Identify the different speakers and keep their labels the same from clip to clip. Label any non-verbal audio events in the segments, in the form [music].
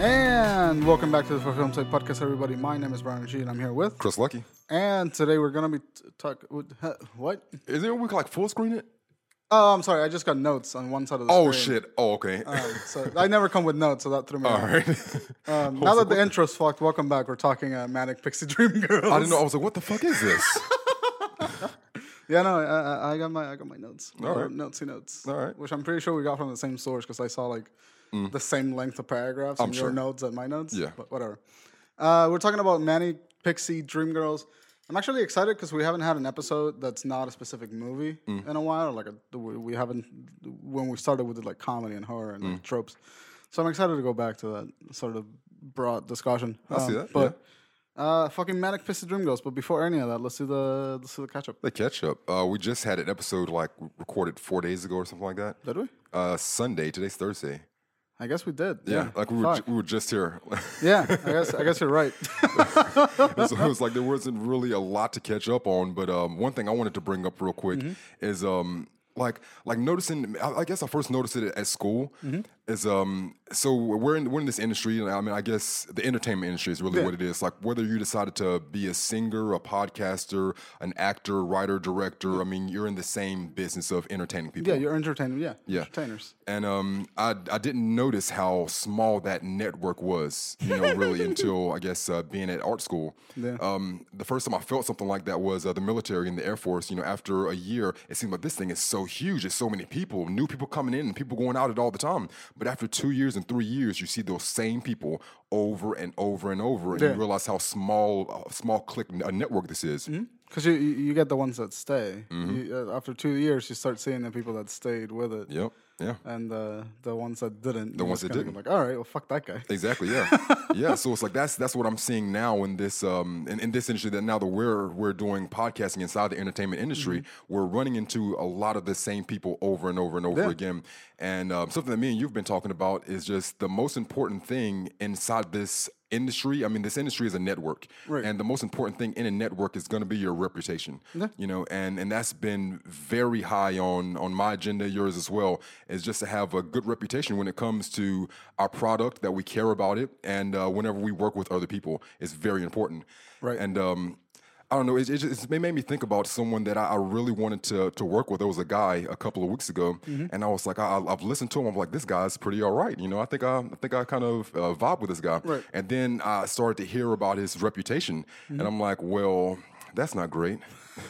Speaker 1: And welcome back to the For Film Sake podcast, everybody. My name is Brian G, and I'm here with.
Speaker 2: Chris Lucky.
Speaker 1: And today we're gonna be t- talk. with- huh, What?
Speaker 2: Is it we can like full screen it?
Speaker 1: Oh, I'm sorry. I just got notes on one side of the
Speaker 2: Oh
Speaker 1: screen.
Speaker 2: shit. Oh okay.
Speaker 1: So I never come with notes, so that threw me.
Speaker 2: [laughs] All
Speaker 1: off.
Speaker 2: right.
Speaker 1: Um, now
Speaker 2: [laughs]
Speaker 1: that the intro's fucked, welcome back. We're talking uh, manic pixie dream girls.
Speaker 2: I didn't know. I was like, what the fuck is [laughs] this?
Speaker 1: Yeah, no, I, I, I got my I got my notes.
Speaker 2: All right.
Speaker 1: notesy notes.
Speaker 2: All right. Mm.
Speaker 1: which I'm pretty sure we got from the same source because I saw like the same length of paragraphs in your
Speaker 2: sure.
Speaker 1: notes and my notes.
Speaker 2: Yeah.
Speaker 1: but whatever. Uh, we're talking about Manny Pixie Dream Girls. I'm actually excited because we haven't had an episode that's not a specific movie
Speaker 2: Mm.
Speaker 1: in a while. Like a, we we haven't when we started we did like comedy and horror and
Speaker 2: Mm.
Speaker 1: like, tropes. So I'm excited to go back to that sort of broad discussion. I
Speaker 2: see that,
Speaker 1: but. Uh, fucking manic pixie dream girls. But before any of that, let's do the let's do the catch up.
Speaker 2: the catch up. Uh, we just had an episode like recorded four days ago or something like that.
Speaker 1: Did we?
Speaker 2: Uh, Sunday. Today's Thursday.
Speaker 1: I guess we did.
Speaker 2: Yeah. Like we were, ju- [laughs]
Speaker 1: Fuck.
Speaker 2: we were just here.
Speaker 1: yeah, I guess I guess you're
Speaker 2: [laughs]
Speaker 1: right.
Speaker 2: so it was like there wasn't really a lot to catch up on. But um, one thing I wanted to bring up real quick is um, like like noticing. I, I guess I first noticed it at school. Is um, so we're in we're in this industry, and I mean, I guess the entertainment industry is really what it is. Like whether you decided to be a singer, a podcaster, an actor, writer, director. I mean, you're in the same business of entertaining people.
Speaker 1: yeah, you're entertainers. Yeah,
Speaker 2: Yeah.
Speaker 1: entertainers.
Speaker 2: And um, I I didn't notice how small that network was, you know, really until I guess uh, being at art school. Um, the first time I felt something like that was uh, the military and the Air Force. You know, after a year, it seemed like this thing is so huge. There's so many people, new people coming in, and people going out it all the time. But after two years and three years, you see those same people over and over and over, and
Speaker 1: Yeah.
Speaker 2: you realize how small, uh, small click a network this is.
Speaker 1: Because you you you get the ones that stay.
Speaker 2: Mm-hmm.
Speaker 1: You, uh, after two years, you start seeing the people that stayed with it.
Speaker 2: Yep. Yeah.
Speaker 1: And uh, the ones that didn't. The
Speaker 2: ones that didn't.
Speaker 1: Like, all right, well, fuck that [laughs] guy.
Speaker 2: Exactly. Yeah. yeah. So it's like that's that's what I'm seeing now in this um in, in this industry that now that we're we're doing podcasting inside the entertainment industry, we're running into a lot of the same people over and over and over again. And um, something that me and you've been talking about is just the most important thing inside this industry. I mean, this industry is a network,
Speaker 1: Right.
Speaker 2: and the most important thing in a network is going to be your reputation. You know, and and that's been very high on on my agenda, yours as well, is just to have a good reputation when it comes to our product that we care about it, and uh, whenever we work with other people, it's very important.
Speaker 1: Right.
Speaker 2: And um, I don't know. It, it just it made me think about someone that I, I really wanted to to work with. There was a guy a couple of weeks ago, and I was like, I, I've listened to him. I'm like, this guy's pretty all right. You know, I think I, I think I kind of uh, vibe with this guy.
Speaker 1: Right.
Speaker 2: And then I started to hear about his reputation, and I'm like, well, that's not great.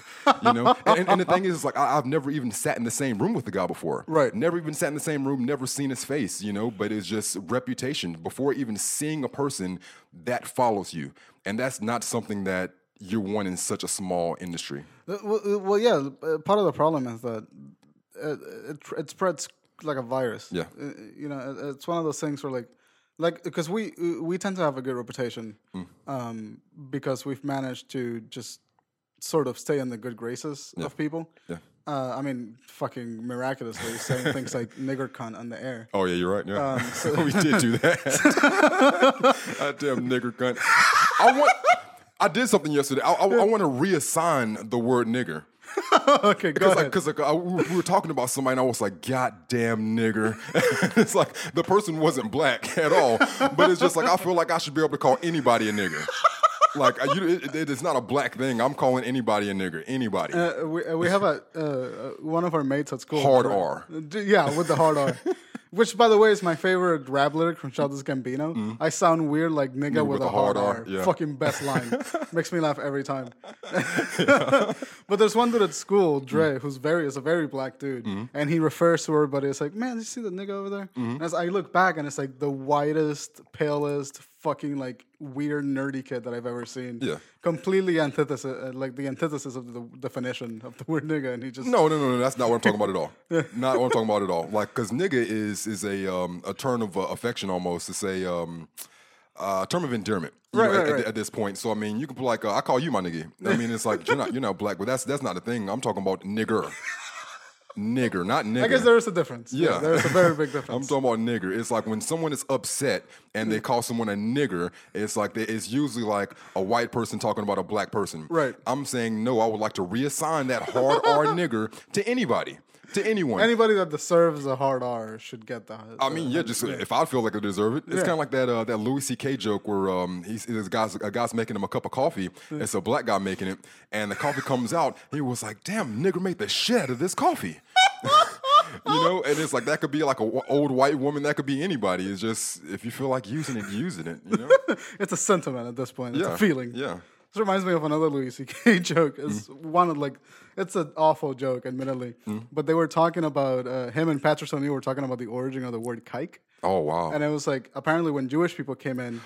Speaker 2: [laughs] you know, and, and, and the thing is, is like I, I've never even sat in the same room with the guy before.
Speaker 1: Right.
Speaker 2: Never even sat in the same room. Never seen his face. You know, but it's just reputation. Before even seeing a person, that follows you, and that's not something that you want in such a small industry.
Speaker 1: Uh, Well, uh, well, yeah. uh, Part of the problem is that uh, it, it, tr- it spreads like a virus.
Speaker 2: Yeah.
Speaker 1: Uh, you know, it, it's one of those things where like, like because we uh, we tend to have a good reputation,
Speaker 2: Hmm.
Speaker 1: um, because we've managed to just sort of stay in the good graces of people.
Speaker 2: Yeah.
Speaker 1: Uh, I mean, fucking miraculously
Speaker 2: [laughs]
Speaker 1: saying things like "nigger cunt" on the air.
Speaker 2: Oh yeah, you're right. Yeah, [laughs] we did do that. I damn nigger cunt. I want. I did something yesterday. I, I, I want to reassign the word nigger.
Speaker 1: [laughs] okay, go ahead.
Speaker 2: Oh. Because like, 'cause, like, I- we we were talking about somebody, and I was like, "God damn nigger!" [laughs] it's like the person wasn't black [laughs] at all, but it's just like I feel like I should be able to call anybody a nigger. Like, I- you, it, it- it's not a black thing. I'm calling anybody a nigger. Anybody.
Speaker 1: Uh, we, uh, we have a uh, uh, one of our mates at school.
Speaker 2: Hard R.
Speaker 1: D- Yeah, with the hard R. [laughs] Which, by the way, is my favorite rap lyric from Childish Gambino. I sound weird like Mm-hmm. nigga with, a hard, R.
Speaker 2: yeah.
Speaker 1: Fucking best [laughs] line. Makes me laugh every [laughs] time. but there's one dude at school, Dre, who's very is a very black dude, and he refers to everybody as like, "Man, did you see the nigga over there?" And as I look back, and it's like the whitest, palest, fucking like weird nerdy kid that I've ever seen.
Speaker 2: Yeah.
Speaker 1: completely antithesis, uh, like the antithesis of the definition of the word nigga, and he just
Speaker 2: No, no, no, no. That's not what I'm talking about at
Speaker 1: [laughs]
Speaker 2: all. not what I'm talking about at all. Like, cause nigga is is a um a term of uh, affection almost. It's a um uh term of endearment. you
Speaker 1: Right,
Speaker 2: know, at-
Speaker 1: right,
Speaker 2: at,
Speaker 1: right.
Speaker 2: at this point. So I mean, you can be like, uh, I call you my nigga. I mean, it's like you're not you're not black, but that's that's not the thing. I'm talking
Speaker 1: [laughs]
Speaker 2: about nigger, nigger, not nigga.
Speaker 1: I guess there is a difference.
Speaker 2: Yeah.
Speaker 1: there is a very
Speaker 2: [laughs]
Speaker 1: big
Speaker 2: I'm
Speaker 1: difference.
Speaker 2: talking about nigger. It's like when someone is upset and they call someone a nigger, it's like they, it's usually like a white person talking about a black person.
Speaker 1: Right.
Speaker 2: I'm saying no, I would like to reassign that hard R nigger to anybody. to anyone.
Speaker 1: Anybody that deserves a hard R should get that.
Speaker 2: I mean, yeah, just if I feel like I deserve it, it's kind of like that uh, that Louis C.K. joke where um, he's, this guy's a guy's making him a cup of coffee. It's a black guy making it, and the coffee comes out. He was like, "Damn, nigger made the shit out of this coffee." [laughs] you know, and it's like that could be like an old white woman. That could be anybody. It's just if you feel like using it, using it. You
Speaker 1: [laughs]
Speaker 2: know,
Speaker 1: it's a sentiment at this point. It's
Speaker 2: Yeah,
Speaker 1: a feeling.
Speaker 2: yeah. Mm.
Speaker 1: This reminds me of another Louis C.K. [laughs] joke. It's one of like it's an awful joke, admittedly. But they were talking about uh, him and Patrick O'Neill were talking about the origin of the word "kike,"
Speaker 2: Oh wow,
Speaker 1: and it was like apparently when Jewish people came in,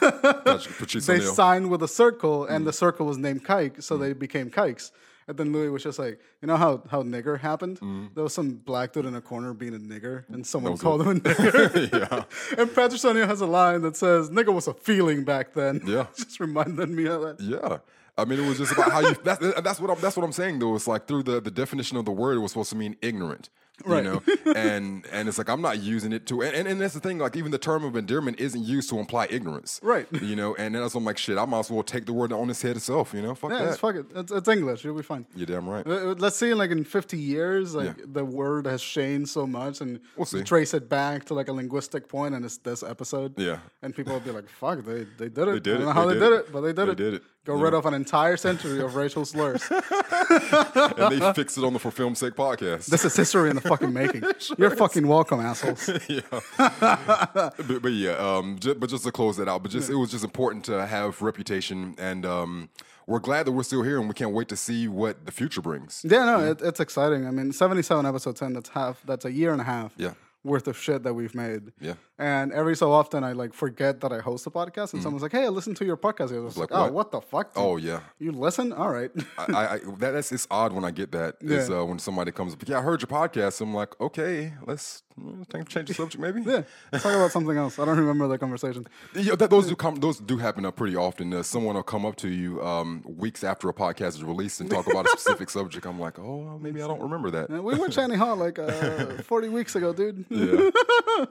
Speaker 2: That's Patrice
Speaker 1: they
Speaker 2: O'Neal.
Speaker 1: signed with a circle,
Speaker 2: Mm.
Speaker 1: and the circle was named Kike, so they became Kikes. And then Louis was just like, you know how how nigger happened?
Speaker 2: Mm.
Speaker 1: There was some black dude in a corner being a nigger, and someone called
Speaker 2: [laughs]
Speaker 1: him a nigger.
Speaker 2: yeah.
Speaker 1: and Patrick O'Neill has a line that says, "Nigger was a feeling back then."
Speaker 2: Yeah.
Speaker 1: [laughs] just reminded me of that.
Speaker 2: Yeah. I mean, it was just about how you. That's, that's what I'm. That's what I'm saying. Though it's like through the, the definition of the word, it was supposed to mean ignorant,
Speaker 1: Right. [laughs]
Speaker 2: you know. And and it's like I'm not using it to. And, and and that's the thing. Like even the term of endearment isn't used to imply ignorance,
Speaker 1: Right.
Speaker 2: You know. And then that's what I'm like, shit. I might as well take the word on its head itself. You know, fuck
Speaker 1: Yeah,
Speaker 2: that.
Speaker 1: it's fuck it. It's, it's English. You'll be fine.
Speaker 2: You're damn
Speaker 1: [laughs]
Speaker 2: right.
Speaker 1: Uh, Let's say in like in 50 years, like the word has changed so much, and
Speaker 2: We'll see.
Speaker 1: you trace it back to like a linguistic point, and it's this episode.
Speaker 2: Yeah.
Speaker 1: and people will be
Speaker 2: [laughs]
Speaker 1: like, "Fuck, they they did it.
Speaker 2: did
Speaker 1: I don't
Speaker 2: it.
Speaker 1: know how they, did it. but they did it.
Speaker 2: did it.
Speaker 1: Go
Speaker 2: Yeah.
Speaker 1: rid of an entire century of racial
Speaker 2: [laughs]
Speaker 1: slurs.
Speaker 2: and they fixed it on the for film's sake podcast.
Speaker 1: This is history in the fucking
Speaker 2: [laughs]
Speaker 1: making. You're fucking welcome, assholes.
Speaker 2: but, but yeah, um, ju- but just to close that out, but just it was just important to have reputation, and um, we're glad that we're still here, and we can't wait to see what the future brings.
Speaker 1: Yeah, no, it, it's exciting. I mean, seventy-seven episodes in. That's half. That's a year and a half.
Speaker 2: Yeah.
Speaker 1: Worth of shit that we've made.
Speaker 2: Yeah.
Speaker 1: And every so often, I like forget that I host a podcast, and someone's like, "Hey, I listened to your podcast." I was like,
Speaker 2: Mm. like,
Speaker 1: "Oh,
Speaker 2: what?
Speaker 1: what the fuck? dude?
Speaker 2: Oh, yeah.
Speaker 1: You listen? All right.
Speaker 2: I, I I- that, that's it's odd when I get that is
Speaker 1: Yeah.
Speaker 2: uh, when somebody comes up. Yeah, I heard your podcast. I'm like, okay, let's mm, think- change the subject, maybe.
Speaker 1: [laughs] yeah. Let's talk about something else. I don't remember the conversation.
Speaker 2: Yeah, that, those do come. Those do happen up pretty often. Uh, someone will come up to you um, weeks after a podcast is released and talk about a
Speaker 1: [laughs]
Speaker 2: specific subject. I'm like, oh, maybe I don't remember that.
Speaker 1: We
Speaker 2: [laughs]
Speaker 1: went Channing Hall like uh, forty weeks ago, dude.
Speaker 2: Yeah.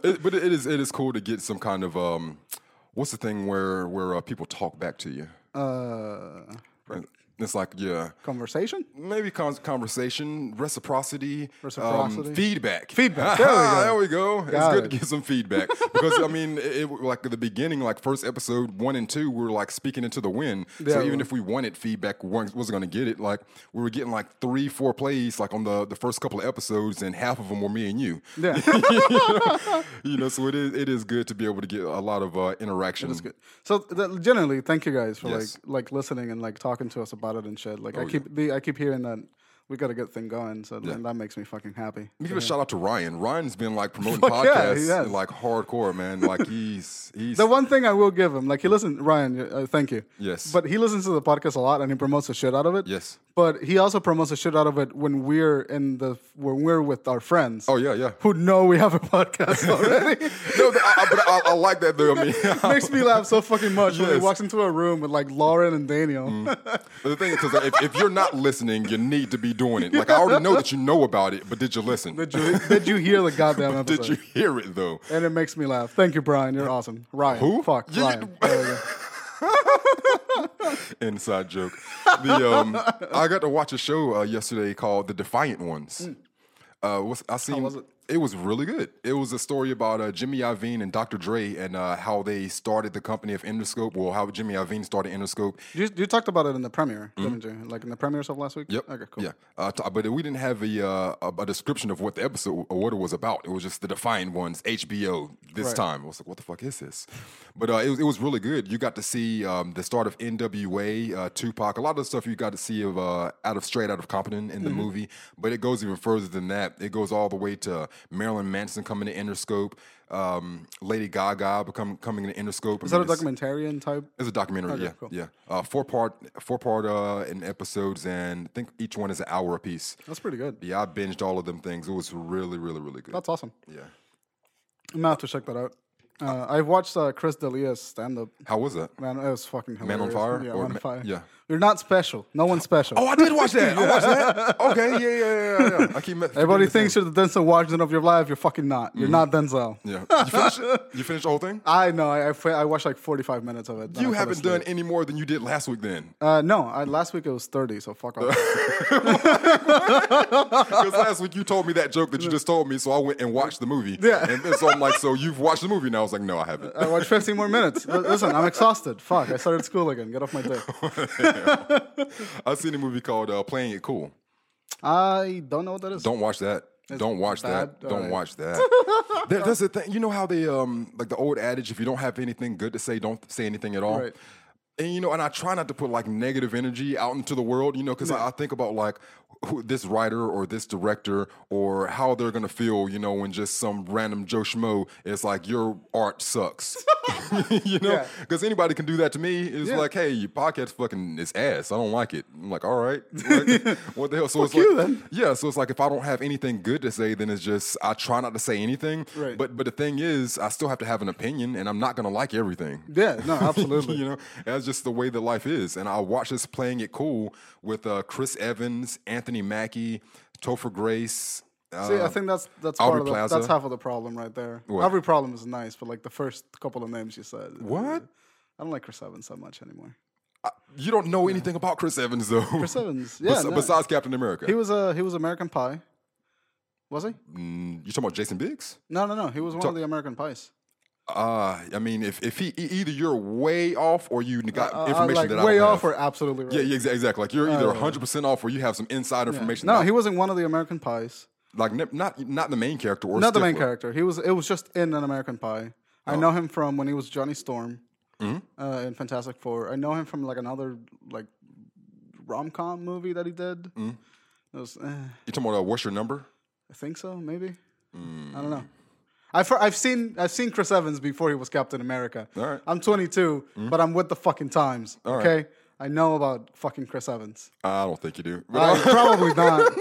Speaker 2: It- but it is it is cool to get some kind of um, what's the thing where where uh, people talk back to you.
Speaker 1: Uh,
Speaker 2: It's like yeah, [laughs]
Speaker 1: conversation.
Speaker 2: maybe con- conversation, reciprocity, um,
Speaker 1: Reciprocity.
Speaker 2: feedback, [laughs]
Speaker 1: Feedback. There we go.
Speaker 2: There we go.
Speaker 1: Got
Speaker 2: it's good
Speaker 1: it.
Speaker 2: to get some feedback
Speaker 1: [laughs]
Speaker 2: because I mean, it, it- like at the beginning, like first episode one and two, we were like speaking into the wind.
Speaker 1: Yeah.
Speaker 2: So even if we wanted feedback, we weren't- wasn't going to get it. Like we were getting like three, four plays like on the the first couple of episodes, and half of them were me and
Speaker 1: [laughs]
Speaker 2: you. [laughs]
Speaker 1: Yeah.
Speaker 2: You know, so it is it is good to be able to get a lot of uh, interaction.
Speaker 1: It's good. So th- generally, thank you guys for
Speaker 2: Yes. Oh,
Speaker 1: like like listening and like talking to us about it and shit. Like I keep the, I keep hearing that we got a good thing going, so and that makes me fucking happy.
Speaker 2: Let me give a shout out to Ryan. Ryan's been
Speaker 1: [laughs]
Speaker 2: like promoting
Speaker 1: Fuck yeah, he
Speaker 2: podcasts
Speaker 1: has.
Speaker 2: like hardcore, man. Like he's he's
Speaker 1: The one thing I will give him, like he listens, Ryan. Uh, thank you.
Speaker 2: Yes.
Speaker 1: But he listens to the podcast a lot, and he promotes the shit out of it.
Speaker 2: Yes.
Speaker 1: But he also promotes the shit out of it when we're in the when we're with our friends.
Speaker 2: oh yeah yeah.
Speaker 1: Who know we have a
Speaker 2: [laughs]
Speaker 1: podcast already?
Speaker 2: no, but I, I- but I, I like that though. I mean, [laughs]
Speaker 1: Makes me laugh so fucking much when he
Speaker 2: Yes. Mm.
Speaker 1: walks into a room with like Lauren and Daniel.
Speaker 2: the thing is, 'cause if, if you're not listening, you need to be doing it. Like I already know that you know about it, but did you listen?
Speaker 1: did you did you hear the goddamn episode?
Speaker 2: [laughs] Did you hear it though?
Speaker 1: And it makes me laugh. Thank you, Brian. You're awesome. Ryan.
Speaker 2: Who?
Speaker 1: Fuck,
Speaker 2: You-
Speaker 1: Ryan. There we go.
Speaker 2: Inside joke. The um, I got to watch a show uh, yesterday called The Defiant Ones. Uh, what's, I seen.
Speaker 1: Mm. was it?
Speaker 2: was really good. It was a story about uh, Jimmy Iovine and Dr. Dre and uh, how they started the company of Endoscope. Well, how Jimmy Iovine started Endoscope.
Speaker 1: You, you talked about it in the premiere, didn't you? Like in the premieres of last week?
Speaker 2: Mm-hmm. Yep.
Speaker 1: Okay, cool.
Speaker 2: Yeah, uh, t- but we didn't have a, uh, a a description of what the episode or what it was about. It was just the defined ones. HBO this
Speaker 1: Right.
Speaker 2: time. I was like, what the fuck is this? But uh, it was it was really good. You got to see um, the start of NWA, uh, Tupac, a lot of the stuff you got to see of uh, out of straight out of Compton in the
Speaker 1: Mm-hmm.
Speaker 2: movie. But it goes even further than that. It goes all the way to Marilyn Manson coming to Interscope, um, Lady Gaga become coming to Interscope.
Speaker 1: Is that a documentarian type?
Speaker 2: It's a documentary, yeah,
Speaker 1: cool.
Speaker 2: yeah. Uh, four part, four part uh, in episodes, and I think each one is an hour a piece.
Speaker 1: That's pretty good.
Speaker 2: Yeah, I binged all of them things. It was really, really, really good.
Speaker 1: That's awesome.
Speaker 2: yeah.
Speaker 1: I'm gonna have to check that out. Uh, I watched uh, Chris D'Elia's stand up.
Speaker 2: How was that?
Speaker 1: Man, it was fucking hilarious.
Speaker 2: Man on Fire
Speaker 1: Yeah,
Speaker 2: or
Speaker 1: Man on
Speaker 2: Ma-
Speaker 1: Fire.
Speaker 2: yeah.
Speaker 1: You're not special. No one's special.
Speaker 2: Oh, I did
Speaker 1: [laughs]
Speaker 2: watch that. I watched that. Okay, yeah, yeah, yeah, yeah. I keep.
Speaker 1: Everybody thinks you're the Denzel Washington of your life. You're fucking not. You're not Denzel.
Speaker 2: Mm-hmm. Yeah. You finished, it? you finished the whole thing?
Speaker 1: I know. I, I, fa- I watched like 45 minutes of it. then I
Speaker 2: You
Speaker 1: fell
Speaker 2: haven't
Speaker 1: asleep.
Speaker 2: done any more than you did last
Speaker 1: [laughs]
Speaker 2: week then.
Speaker 1: Uh, no, I, last week it was 30, so fuck
Speaker 2: [laughs]
Speaker 1: off.
Speaker 2: Because last week you told me that joke that you just told me, so I went and watched the movie.
Speaker 1: Yeah.
Speaker 2: And then, so I'm like, so you've watched the movie? And I was like, no, I haven't.
Speaker 1: I watched 15 more minutes. L- Listen, I'm exhausted. Fuck, I started school again. Get off my dick.
Speaker 2: I've seen a movie called uh, Playing It Cool.
Speaker 1: I don't know what that is.
Speaker 2: Don't watch that. Don't watch that.
Speaker 1: bad?
Speaker 2: Don't
Speaker 1: Alright. [laughs]
Speaker 2: watch that. There- that's the thing. You know how they um like the old adage: if you don't have anything good to say, don't say anything at all.
Speaker 1: Right.
Speaker 2: And you know, and I try not to put like negative energy out into the world. You know, because I, I think about like who, this writer or this director or how they're gonna feel. You know, when just some random Joe Schmo is like, "Your art sucks." [laughs] you know,
Speaker 1: Yeah.
Speaker 2: because anybody can do that to me. It's
Speaker 1: Yeah.
Speaker 2: like, "Hey, your podcast fucking is ass. I don't like it." I'm like,
Speaker 1: [laughs]
Speaker 2: "All right, Like, what the hell?" So it's
Speaker 1: you
Speaker 2: like,
Speaker 1: then.
Speaker 2: yeah, so it's like if I don't have anything good to say, then it's just I try not to say anything.
Speaker 1: Right.
Speaker 2: But but the thing is, I still have to have an opinion, and I'm not gonna like everything.
Speaker 1: Yeah, no, [laughs]
Speaker 2: [laughs]
Speaker 1: absolutely.
Speaker 2: you know, that's just the way that life is. And I watched this playing it cool with uh, Chris Evans, Anthony Mackie, Topher Grace. Uh,
Speaker 1: See, I think that's that's
Speaker 2: Aubrey
Speaker 1: part of the,
Speaker 2: Plaza.
Speaker 1: that's half of the problem right there. Every problem is nice, but like the first couple of names you said. uh,
Speaker 2: What?
Speaker 1: I don't like Chris Evans so much anymore.
Speaker 2: you don't know anything about Chris Evans though.
Speaker 1: Chris
Speaker 2: [laughs]
Speaker 1: Evans, yeah,
Speaker 2: Bes-
Speaker 1: no.
Speaker 2: Besides Captain America,
Speaker 1: he was a he was American Pie. Was he?
Speaker 2: Mm, you talking about Jason Biggs?
Speaker 1: No, no, no. He was one of the American Pies.
Speaker 2: Uh, I mean, if if he e- either you're way off or you got
Speaker 1: Uh,
Speaker 2: information
Speaker 1: like
Speaker 2: that I
Speaker 1: way
Speaker 2: don't
Speaker 1: off
Speaker 2: have.
Speaker 1: or absolutely right.
Speaker 2: Yeah, yeah, exa- exactly. Like you're either 100 percent off, or you have some inside information.
Speaker 1: No,
Speaker 2: that-
Speaker 1: he wasn't one of the American Pies.
Speaker 2: like ne- not not the main character or
Speaker 1: Not the main
Speaker 2: Stifler. Oh.
Speaker 1: character. He was. It was just in an American Pie. I know him from when he was Johnny Storm
Speaker 2: Mm-hmm.
Speaker 1: uh, in Fantastic Four. I know him from like another like rom com movie that he did.
Speaker 2: Mm-hmm.
Speaker 1: It was. eh,
Speaker 2: You talking about uh, what's your number?
Speaker 1: I think so. Maybe.
Speaker 2: Mm.
Speaker 1: I don't know. I've heard, I've seen I've seen Chris Evans before he was Captain America.
Speaker 2: All right. Mm-hmm.
Speaker 1: I'm 22, but I'm with the fucking times.
Speaker 2: right.
Speaker 1: okay. I know about fucking Chris
Speaker 2: [laughs]
Speaker 1: Evans.
Speaker 2: I don't think you do. But uh,
Speaker 1: I, probably
Speaker 2: [laughs]
Speaker 1: not.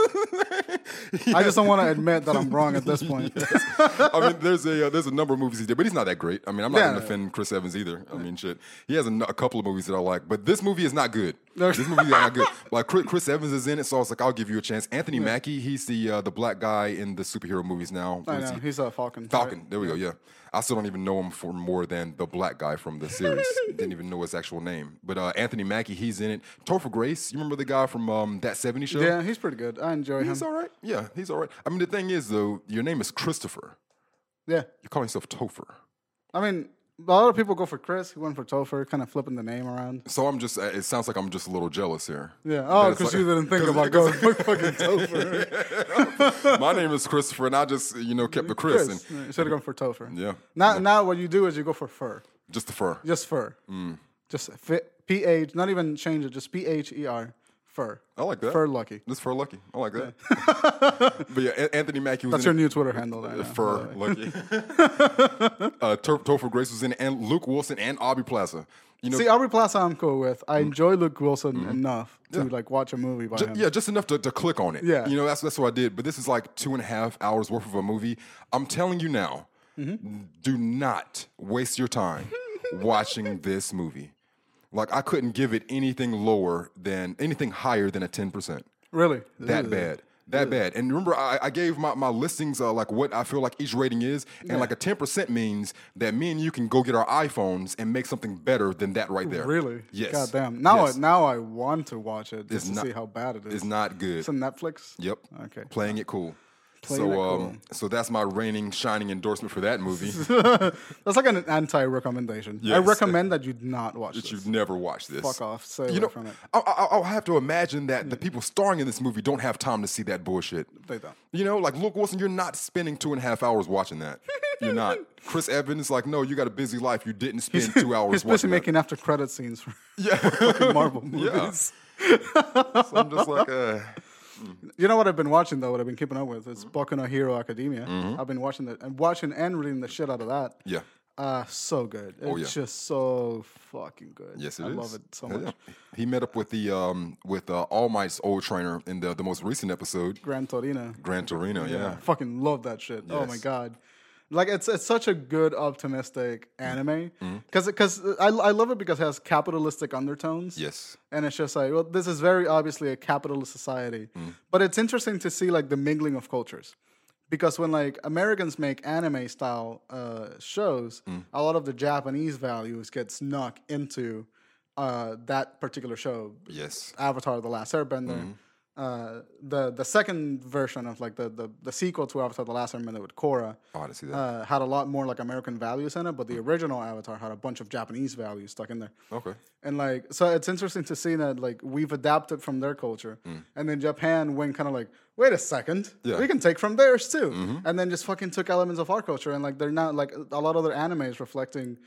Speaker 1: I just don't want to admit that I'm wrong at this
Speaker 2: [laughs]
Speaker 1: point.
Speaker 2: I, I mean, there's a uh, there's a number of movies he did, but he's not that great. I mean, I'm not
Speaker 1: Yeah,
Speaker 2: gonna
Speaker 1: no,
Speaker 2: defend Chris Evans either. I mean, shit, he has a, n- a couple of movies that I like, but this movie is not good.
Speaker 1: No.
Speaker 2: This movie is not good. Like Chris, Chris Evans is in it, so I was like, I'll give you a chance. Anthony Mackie, he's the uh, the black guy in the superhero movies now.
Speaker 1: I
Speaker 2: What is
Speaker 1: know
Speaker 2: he?
Speaker 1: he's a Falcon. right?
Speaker 2: Falcon. There we go. Yeah, I still don't even know him for more than the black guy from the series.
Speaker 1: [laughs]
Speaker 2: Didn't even know his actual name. But uh, Anthony Mackie, he's in it. Topher Grace. You remember the guy from um, that '70s show?
Speaker 1: Yeah, he's pretty good. I enjoy him.
Speaker 2: he's all right. Yeah, he's all right. I mean, the thing is though, your name is Christopher.
Speaker 1: yeah.
Speaker 2: You're calling yourself Topher.
Speaker 1: I mean, a lot of people go for Chris. He went for Topher, kind of flipping the name around.
Speaker 2: So I'm just. uh, It sounds like I'm just a little jealous here.
Speaker 1: Yeah. Oh,
Speaker 2: That it's
Speaker 1: because
Speaker 2: like- [laughs]
Speaker 1: you didn't think
Speaker 2: 'cause-
Speaker 1: about
Speaker 2: 'cause-
Speaker 1: going for
Speaker 2: [laughs]
Speaker 1: fucking Topher.
Speaker 2: My name is Christopher, and I just you know kept the Chris,
Speaker 1: Chris.
Speaker 2: and
Speaker 1: Yeah, You should have gone for Topher.
Speaker 2: Yeah.
Speaker 1: Now, now what you do is you go for fur.
Speaker 2: just the fur.
Speaker 1: Just fur.
Speaker 2: Mm.
Speaker 1: Just fit, P H. Not even change it. Just P H E R. Fur.
Speaker 2: I like that.
Speaker 1: Fur lucky.
Speaker 2: This fur lucky. I like that.
Speaker 1: [laughs]
Speaker 2: but yeah, An- Anthony Mackie was
Speaker 1: That's
Speaker 2: in
Speaker 1: your new Twitter handle. There, now, by the
Speaker 2: Fur
Speaker 1: way. [laughs]
Speaker 2: lucky. uh, Tur- Topher Grace was in, it, and Luke Wilson and Aubrey Plaza. You know,
Speaker 1: See, Aubrey Plaza, I'm cool with.
Speaker 2: Mm.
Speaker 1: I enjoy Luke Wilson enough to like watch a movie by him.
Speaker 2: Mm-hmm. yeah, just enough to, to click on it.
Speaker 1: Yeah.
Speaker 2: you know, that's that's what I did. But this is like two and a half hours worth of a movie. I'm telling you now,
Speaker 1: Mm-hmm.
Speaker 2: do not waste your
Speaker 1: [laughs]
Speaker 2: time watching this movie. Like I couldn't give it anything lower than anything higher than a ten percent.
Speaker 1: Really?
Speaker 2: that
Speaker 1: Ugh.
Speaker 2: bad. That bad. And remember, I, I gave my, my listings uh, like what I feel like each rating is, and like a 10% means that me and you can go get our iPhones and make something better than that right there.
Speaker 1: Really?
Speaker 2: Yes.
Speaker 1: God damn. Now,
Speaker 2: Yes.
Speaker 1: I, now I want to watch it just to
Speaker 2: not-
Speaker 1: see how bad it is.
Speaker 2: It's not good.
Speaker 1: It's on Netflix.
Speaker 2: Yep.
Speaker 1: Okay.
Speaker 2: Playing it cool.
Speaker 1: Playing
Speaker 2: so
Speaker 1: it cool.
Speaker 2: um so that's my reigning shining endorsement for
Speaker 1: [laughs]
Speaker 2: that movie
Speaker 1: That's like an anti-recommendation. I
Speaker 2: Yes.
Speaker 1: recommend that you not watch
Speaker 2: that
Speaker 1: this.
Speaker 2: you've never watched this.
Speaker 1: Fuck off. Stay away
Speaker 2: You know, [laughs]
Speaker 1: from it.
Speaker 2: I, I, I'll have to imagine that the people starring in this movie don't have time to see that bullshit.
Speaker 1: They don't.
Speaker 2: You know, like Luke Wilson, you're not spending two and a half hours watching that.
Speaker 1: [laughs]
Speaker 2: You're not. Chris Evans, like, no, you got a busy life. You didn't spend two
Speaker 1: [laughs]
Speaker 2: hours
Speaker 1: He's busy
Speaker 2: watching
Speaker 1: making after credit scenes for [laughs]
Speaker 2: that. Yeah.
Speaker 1: Marvel
Speaker 2: [laughs] yeah.
Speaker 1: movies.
Speaker 2: So [laughs] I'm just like, uh,
Speaker 1: You know what I've been watching though? What I've been keeping up with? It's
Speaker 2: Mm-hmm.
Speaker 1: Boku no Hero Academia. I've been watching that and watching and reading the shit out of that.
Speaker 2: yeah. Oh,
Speaker 1: Uh, so good. It's
Speaker 2: yeah.
Speaker 1: just so fucking good.
Speaker 2: Yes, it
Speaker 1: I
Speaker 2: is.
Speaker 1: love it so
Speaker 2: Yeah,
Speaker 1: much.
Speaker 2: yeah. He met up with the um with uh, All Might's old trainer in the, the most recent episode,
Speaker 1: Gran Torino.
Speaker 2: Gran Torino. Yeah.
Speaker 1: Fucking love that shit. Oh my
Speaker 2: Yes.
Speaker 1: god. Like it's it's such a good optimistic anime
Speaker 2: Mm-hmm.
Speaker 1: because I I love it because it has capitalistic undertones.
Speaker 2: Yes.
Speaker 1: and it's just like well this is very obviously a capitalist society,
Speaker 2: Mm-hmm.
Speaker 1: but it's interesting to see like the mingling of cultures. Because when like Americans make anime style uh, shows,
Speaker 2: Mm.
Speaker 1: a lot of the Japanese values get snuck into uh, that particular show.
Speaker 2: Yes.
Speaker 1: Avatar: The Last Airbender. Uh, the the second version of like the, the the sequel to Avatar: The Last Airbender with Korra
Speaker 2: Oh, I want to see that.
Speaker 1: uh, had a lot more like American values in it, but the original Avatar had a bunch of Japanese values stuck in there.
Speaker 2: okay.
Speaker 1: And like, so it's interesting to see that like we've adapted from their culture, and then Japan went kind of like, wait a second,
Speaker 2: Mm. Yeah. Mm-hmm.
Speaker 1: we can take from theirs too, and then just fucking took elements of our culture, and like they're now like a lot of their anime is reflecting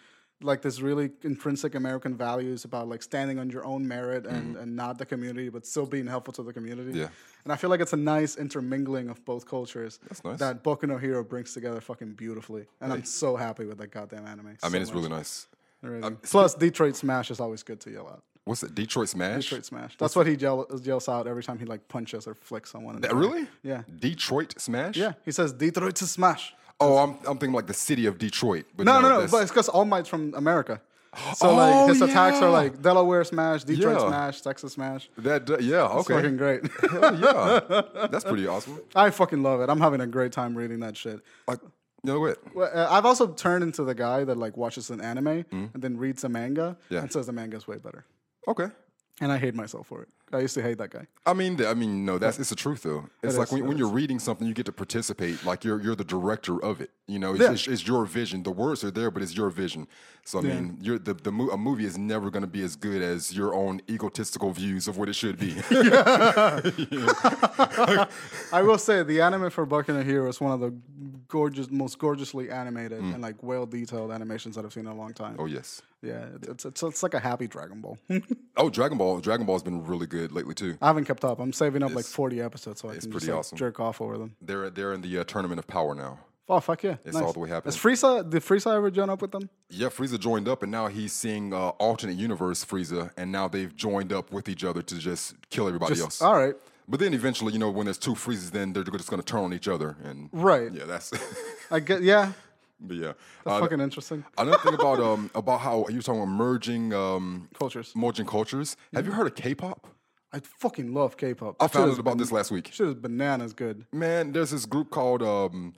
Speaker 1: like this really intrinsic American values about like standing on your own merit and, and not the community, but still being helpful to the community.
Speaker 2: Mm-hmm. Yeah.
Speaker 1: And I feel like it's a nice intermingling of both cultures
Speaker 2: That's nice.
Speaker 1: that Boku no Hero brings together fucking beautifully. And I'm so happy with that goddamn anime.
Speaker 2: I mean, it's really nice.
Speaker 1: Really. Uh, Plus, Detroit Smash is always good to yell out.
Speaker 2: What's that? Detroit Smash?
Speaker 1: Detroit Smash. That's what he yell, yells out every time he like punches or flicks someone. in the
Speaker 2: Uh,
Speaker 1: eye.
Speaker 2: Really?
Speaker 1: Yeah.
Speaker 2: Detroit Smash?
Speaker 1: Yeah. He says Detroit to Smash.
Speaker 2: Oh, I'm, I'm thinking like the city of Detroit. But
Speaker 1: No, no, no.
Speaker 2: that's-
Speaker 1: But it's because All Might's from
Speaker 2: [gasps]
Speaker 1: America. So
Speaker 2: Oh,
Speaker 1: like his attacks
Speaker 2: yeah.
Speaker 1: are like Delaware Smash, Detroit
Speaker 2: Yeah.
Speaker 1: Smash, Texas Smash.
Speaker 2: that, d- yeah, [laughs] okay.
Speaker 1: Fucking great. [laughs]
Speaker 2: Hell yeah. That's pretty awesome.
Speaker 1: I fucking love it. I'm having a great time reading that shit.
Speaker 2: Like, you know what?
Speaker 1: Well, uh, I've also turned into the guy that like watches an anime and then reads a manga
Speaker 2: Mm. Yeah.
Speaker 1: and says the manga's way better.
Speaker 2: Okay.
Speaker 1: And I hate myself for it. I used to hate that guy.
Speaker 2: I mean, th- I mean, no, that's it's the truth though. It's like
Speaker 1: is,
Speaker 2: when,
Speaker 1: it
Speaker 2: when you're reading something, you get to participate. Like you're you're the director of it. You know, it's,
Speaker 1: Yeah.
Speaker 2: it's, it's your vision. The words are there, but it's your vision. So I mean, you're the, the mo- a movie is never going to be as good as your own egotistical views of what it should be.
Speaker 1: I will say the anime for Buck and a Hero is one of the gorgeous, most gorgeously animated and like well detailed animations that I've seen in a long time.
Speaker 2: Mm. oh yes.
Speaker 1: Yeah, it's, it's, it's, it's like a happy Dragon Ball. [laughs]
Speaker 2: Oh, Dragon Ball. Dragon Ball has been really good lately too.
Speaker 1: I haven't kept up. I'm saving up like 40 episodes so I can
Speaker 2: pretty
Speaker 1: just, like,
Speaker 2: awesome.
Speaker 1: jerk off over them.
Speaker 2: They're they're in the uh, tournament of power now.
Speaker 1: Oh fuck yeah! It's
Speaker 2: all the way happening.
Speaker 1: Is Frieza? Did Frieza ever join up with them?
Speaker 2: Yeah, Frieza joined up, and now he's seeing uh, alternate universe Frieza, and now they've joined up with each other to just kill everybody else.
Speaker 1: All right.
Speaker 2: But then eventually, you know, when there's two freezes, then they're just going to turn on each other, and
Speaker 1: Right.
Speaker 2: yeah, that's. [laughs]
Speaker 1: I get. Yeah.
Speaker 2: but yeah,
Speaker 1: That's
Speaker 2: Uh,
Speaker 1: fucking interesting.
Speaker 2: another
Speaker 1: [laughs]
Speaker 2: thing about um about how you were talking about merging um
Speaker 1: Cultures.
Speaker 2: merging cultures. Have you heard of K-pop?
Speaker 1: I fucking love K-pop.
Speaker 2: I found out about this last week.
Speaker 1: Shit is bananas good.
Speaker 2: Man, there's this group called um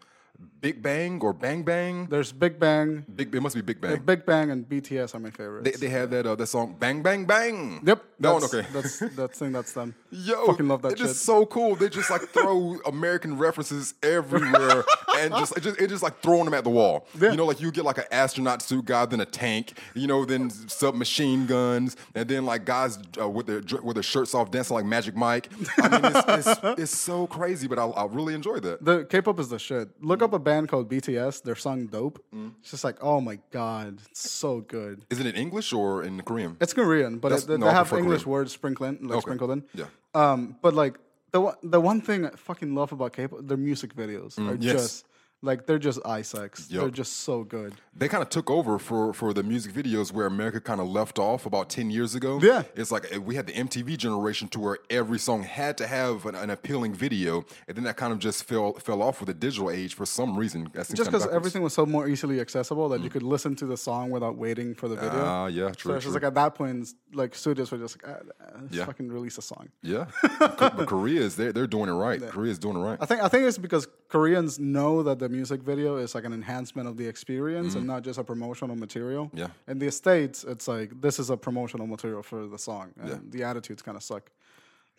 Speaker 2: Big Bang or Bang Bang.
Speaker 1: There's Big Bang.
Speaker 2: Big, it must be Big Bang.
Speaker 1: Big Bang and BTS are my favorites.
Speaker 2: They, they had that uh, that song Bang Bang Bang.
Speaker 1: yep.
Speaker 2: that one
Speaker 1: that's-
Speaker 2: okay.
Speaker 1: That's that thing. That's them.
Speaker 2: [laughs] Yo,
Speaker 1: fucking love that
Speaker 2: It's just
Speaker 1: shit.
Speaker 2: so cool. They just like throw [laughs] American references everywhere, and just it just, it just like throwing them at the wall. You know, like you get like an astronaut suit guy, then a tank. You know, then submachine guns, and then like guys uh, with their dr- with their shirts off dancing like Magic Mike. I mean,
Speaker 1: [laughs]
Speaker 2: it's, it's, it's so crazy, but I, I really enjoyed that.
Speaker 1: The K-pop is the shit. Look up a band called BTS. Their song "Dope."
Speaker 2: Mm.
Speaker 1: It's just like, oh my god, it's so good.
Speaker 2: Isn't it English or in Korean?
Speaker 1: It's Korean, but
Speaker 2: That's-
Speaker 1: it, they
Speaker 2: no, I
Speaker 1: have
Speaker 2: prefer
Speaker 1: English
Speaker 2: Korean.
Speaker 1: words sprinkled in. Like sprinkled in.
Speaker 2: Yeah.
Speaker 1: Um, but like the one- the one thing I fucking love about K-pop, their music videos are
Speaker 2: Mm, yes.
Speaker 1: just like they're just eye sex. They're
Speaker 2: Yup.
Speaker 1: just so good.
Speaker 2: they kind of took over for for the music videos where America kind of left off about 10 years ago.
Speaker 1: Yeah.
Speaker 2: It's like eh, we had the MTV generation to where every song had to have an, an appealing video. And then that kind of just fell fell off with the digital age for some reason. That
Speaker 1: Just
Speaker 2: seems kinda
Speaker 1: because
Speaker 2: backwards.
Speaker 1: everything was so more easily accessible that you could listen to the song without waiting for the video.
Speaker 2: Ah, yeah,
Speaker 1: So
Speaker 2: true.
Speaker 1: it's just
Speaker 2: true.
Speaker 1: like at that point, it's like studios were just like, ah, ah, let's
Speaker 2: Yeah.
Speaker 1: fucking release a song.
Speaker 2: yeah.
Speaker 1: [laughs]
Speaker 2: but Korea is they're, they're doing it right. Korea is doing it right.
Speaker 1: I think I think it's because Koreans know that the music video is like an enhancement of the experience and not just a promotional material.
Speaker 2: Mm-hmm. Yeah.
Speaker 1: In the states, it's like this is a promotional material for the song, and the attitudes kind of suck.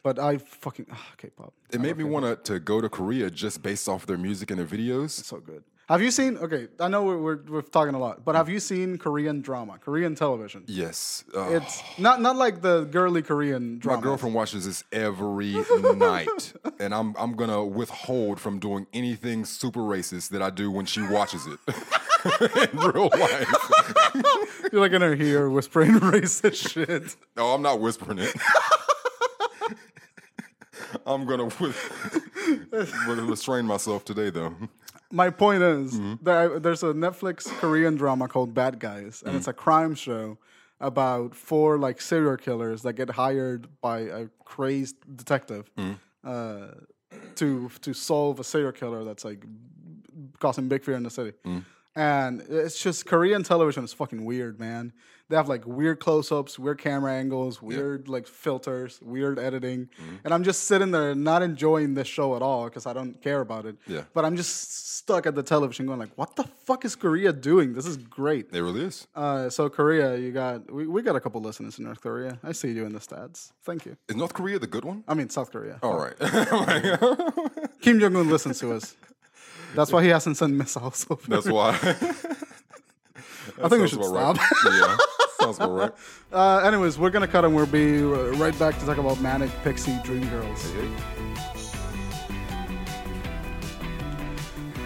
Speaker 1: But I fucking ah, K-pop.
Speaker 2: It made me want to go to Korea just based off their music and their videos.
Speaker 1: It's so good. Have you seen? Okay, I know we're, we're we're talking a lot, but have you seen Korean drama, Korean television?
Speaker 2: Yes. Uh,
Speaker 1: It's not not like the girly Korean drama.
Speaker 2: my girlfriend watches this every night, and I'm I'm gonna withhold from doing anything super racist that I do when she watches it [laughs] in real life.
Speaker 1: [laughs] You're like in her ear whispering [laughs] racist shit.
Speaker 2: No, I'm not whispering it. [laughs] I'm gonna with, gonna restrain myself today, though.
Speaker 1: my point is there, there's a netflix korean drama called bad guys and it's a crime show about four like serial killers that get hired by a crazed detective uh, to to solve a serial killer that's like causing big fear in the city. And it's just Korean television is fucking weird, man. They have like weird close ups, weird camera angles, weird like filters, weird editing. And I'm just sitting there not enjoying this show at all because I don't care about it.
Speaker 2: Yeah.
Speaker 1: But I'm just stuck at the television going like, what the fuck is Korea doing? This is great.
Speaker 2: It really is.
Speaker 1: Uh, so Korea, you got we, we got a couple listeners in North Korea. I see you in the stats. Thank you.
Speaker 2: Is North Korea the good one?
Speaker 1: I mean South Korea.
Speaker 2: All right. [laughs] Like,
Speaker 1: Kim Jong Un listens to us. That's why he hasn't sent missiles over.
Speaker 2: That's why.
Speaker 1: I think we should stop.
Speaker 2: yeah. Sounds about right.
Speaker 1: Uh, anyways, we're gonna cut and we'll be uh, right back to talk about Manic Pixie Dream Girls.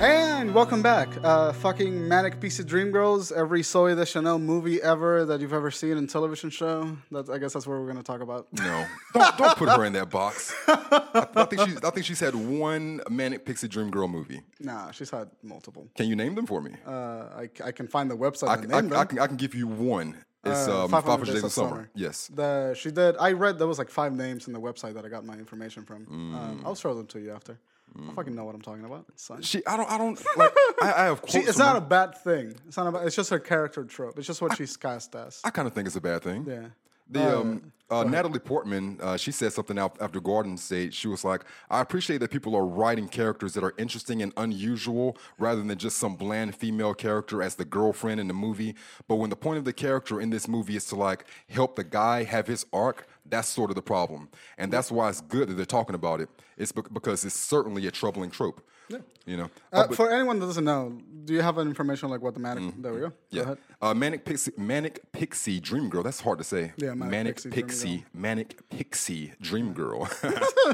Speaker 1: And welcome back. Uh, fucking Manic Pixie Dream Girls, every Zoe de Chanel movie ever that you've ever seen in television show. That's, I guess that's what we're gonna talk about.
Speaker 2: No, don't, don't put her in that box. I, I think she's I think she's had one manic pixie dream girl movie.
Speaker 1: Nah, she's had multiple.
Speaker 2: Can you name them for me?
Speaker 1: Uh, I, I can find the website.
Speaker 2: I,
Speaker 1: and
Speaker 2: can, I,
Speaker 1: name
Speaker 2: can-
Speaker 1: them.
Speaker 2: I can I can give you one. It's
Speaker 1: Uh,
Speaker 2: um, 500, Days of Summer. Yes.
Speaker 1: The she did. I read there was like five names in the website that I got my information from.
Speaker 2: Mm.
Speaker 1: Um, I'll show them to you after. I fucking know what I'm talking about. It's, fine.
Speaker 2: She I don't I don't like I, I have
Speaker 1: [laughs]
Speaker 2: quotes.
Speaker 1: She- it's
Speaker 2: from
Speaker 1: not
Speaker 2: her.
Speaker 1: a bad thing. It's not. A bad, it's just her character trope. It's just what she's cast as.
Speaker 2: I kind of think it's a bad thing.
Speaker 1: Yeah.
Speaker 2: The um, uh, Natalie Portman, uh, she said something out after Garden State. She was like, "I appreciate that people are writing characters that are interesting and unusual, rather than just some bland female character as the girlfriend in the movie. But when the point of the character in this movie is to like help the guy have his arc, that's sort of the problem, and that's why it's good that they're talking about it. It's bec- because it's certainly a troubling trope. Yeah. You know,
Speaker 1: Uh, for anyone that doesn't know, do you have an information like what the matter? There we go. Go
Speaker 2: Mm-hmm. yeah.
Speaker 1: ahead.
Speaker 2: Uh, manic pixie, manic pixie dream girl. That's hard to say.
Speaker 1: Yeah, manic
Speaker 2: manic
Speaker 1: pixie
Speaker 2: pixie,
Speaker 1: dream
Speaker 2: manic pixie dream girl. [laughs]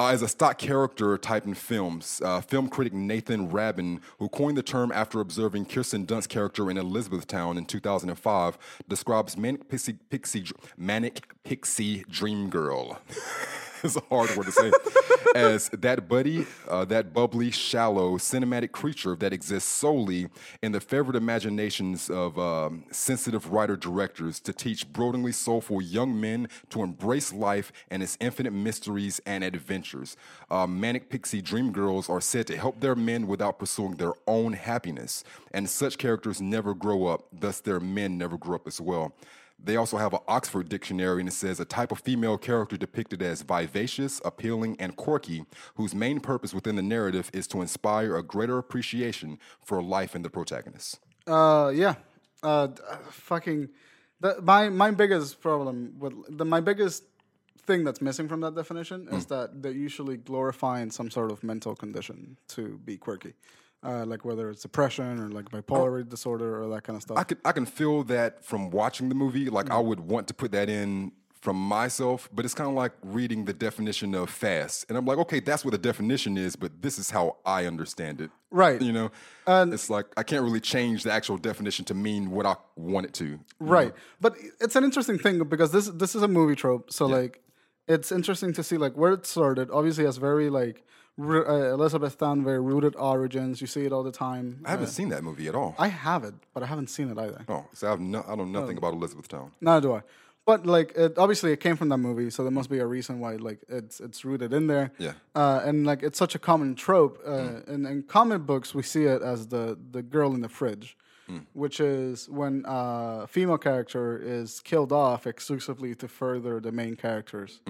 Speaker 2: Uh, is a stock character type in films. Uh, film critic Nathan Rabin, who coined the term after observing Kirsten Dunst's character in Elizabethtown in 2005, describes manic pixie, pixie dr- manic pixie dream girl. [laughs] it's a hard word to say. as that buddy, uh, that bubbly, shallow, cinematic creature that exists solely in the fevered imaginations of um, sensitive writer directors to teach broodingly soulful young men to embrace life and its infinite mysteries and adventures. Uh, manic pixie dream girls are said to help their men without pursuing their own happiness, and such characters never grow up, thus, their men never grow up as well. They also have an Oxford dictionary, and it says a type of female character depicted as vivacious, appealing, and quirky, whose main purpose within the narrative is to inspire a greater appreciation for life in the protagonist.
Speaker 1: Uh, yeah. Uh, d- uh, fucking. The, my my biggest problem with the my biggest thing that's missing from that definition is
Speaker 2: Mm.
Speaker 1: that they're usually glorifying some sort of mental condition to be quirky, uh, like whether it's depression or like
Speaker 2: Oh.
Speaker 1: bipolar disorder or that kind of stuff.
Speaker 2: I can I can feel that from watching the movie. Like
Speaker 1: Mm.
Speaker 2: I would want to put that in from myself, but it's kind of like reading the definition of fast, and I'm like, okay, that's what the definition is, but this is how I understand it.
Speaker 1: Right.
Speaker 2: You know, it's like I can't really change the actual definition to mean what I want it to.
Speaker 1: right but it's an interesting thing because this this is a movie trope so like it's interesting to see like where it started obviously has very like ru- uh, elizabethtown very rooted origins you see it all the time
Speaker 2: I haven't seen that movie at all.
Speaker 1: I have it, but I haven't seen it either.
Speaker 2: Oh, so I have no, I know nothing about Elizabethtown.
Speaker 1: Neither do I. But like, it, obviously, it came from that movie, so there must be a reason why like it's it's rooted in there.
Speaker 2: Yeah.
Speaker 1: Uh, and like, it's such a common trope. Uh, in, in comic books, we see it as the the girl in the fridge, which is when uh, a female character is killed off exclusively to further the main character's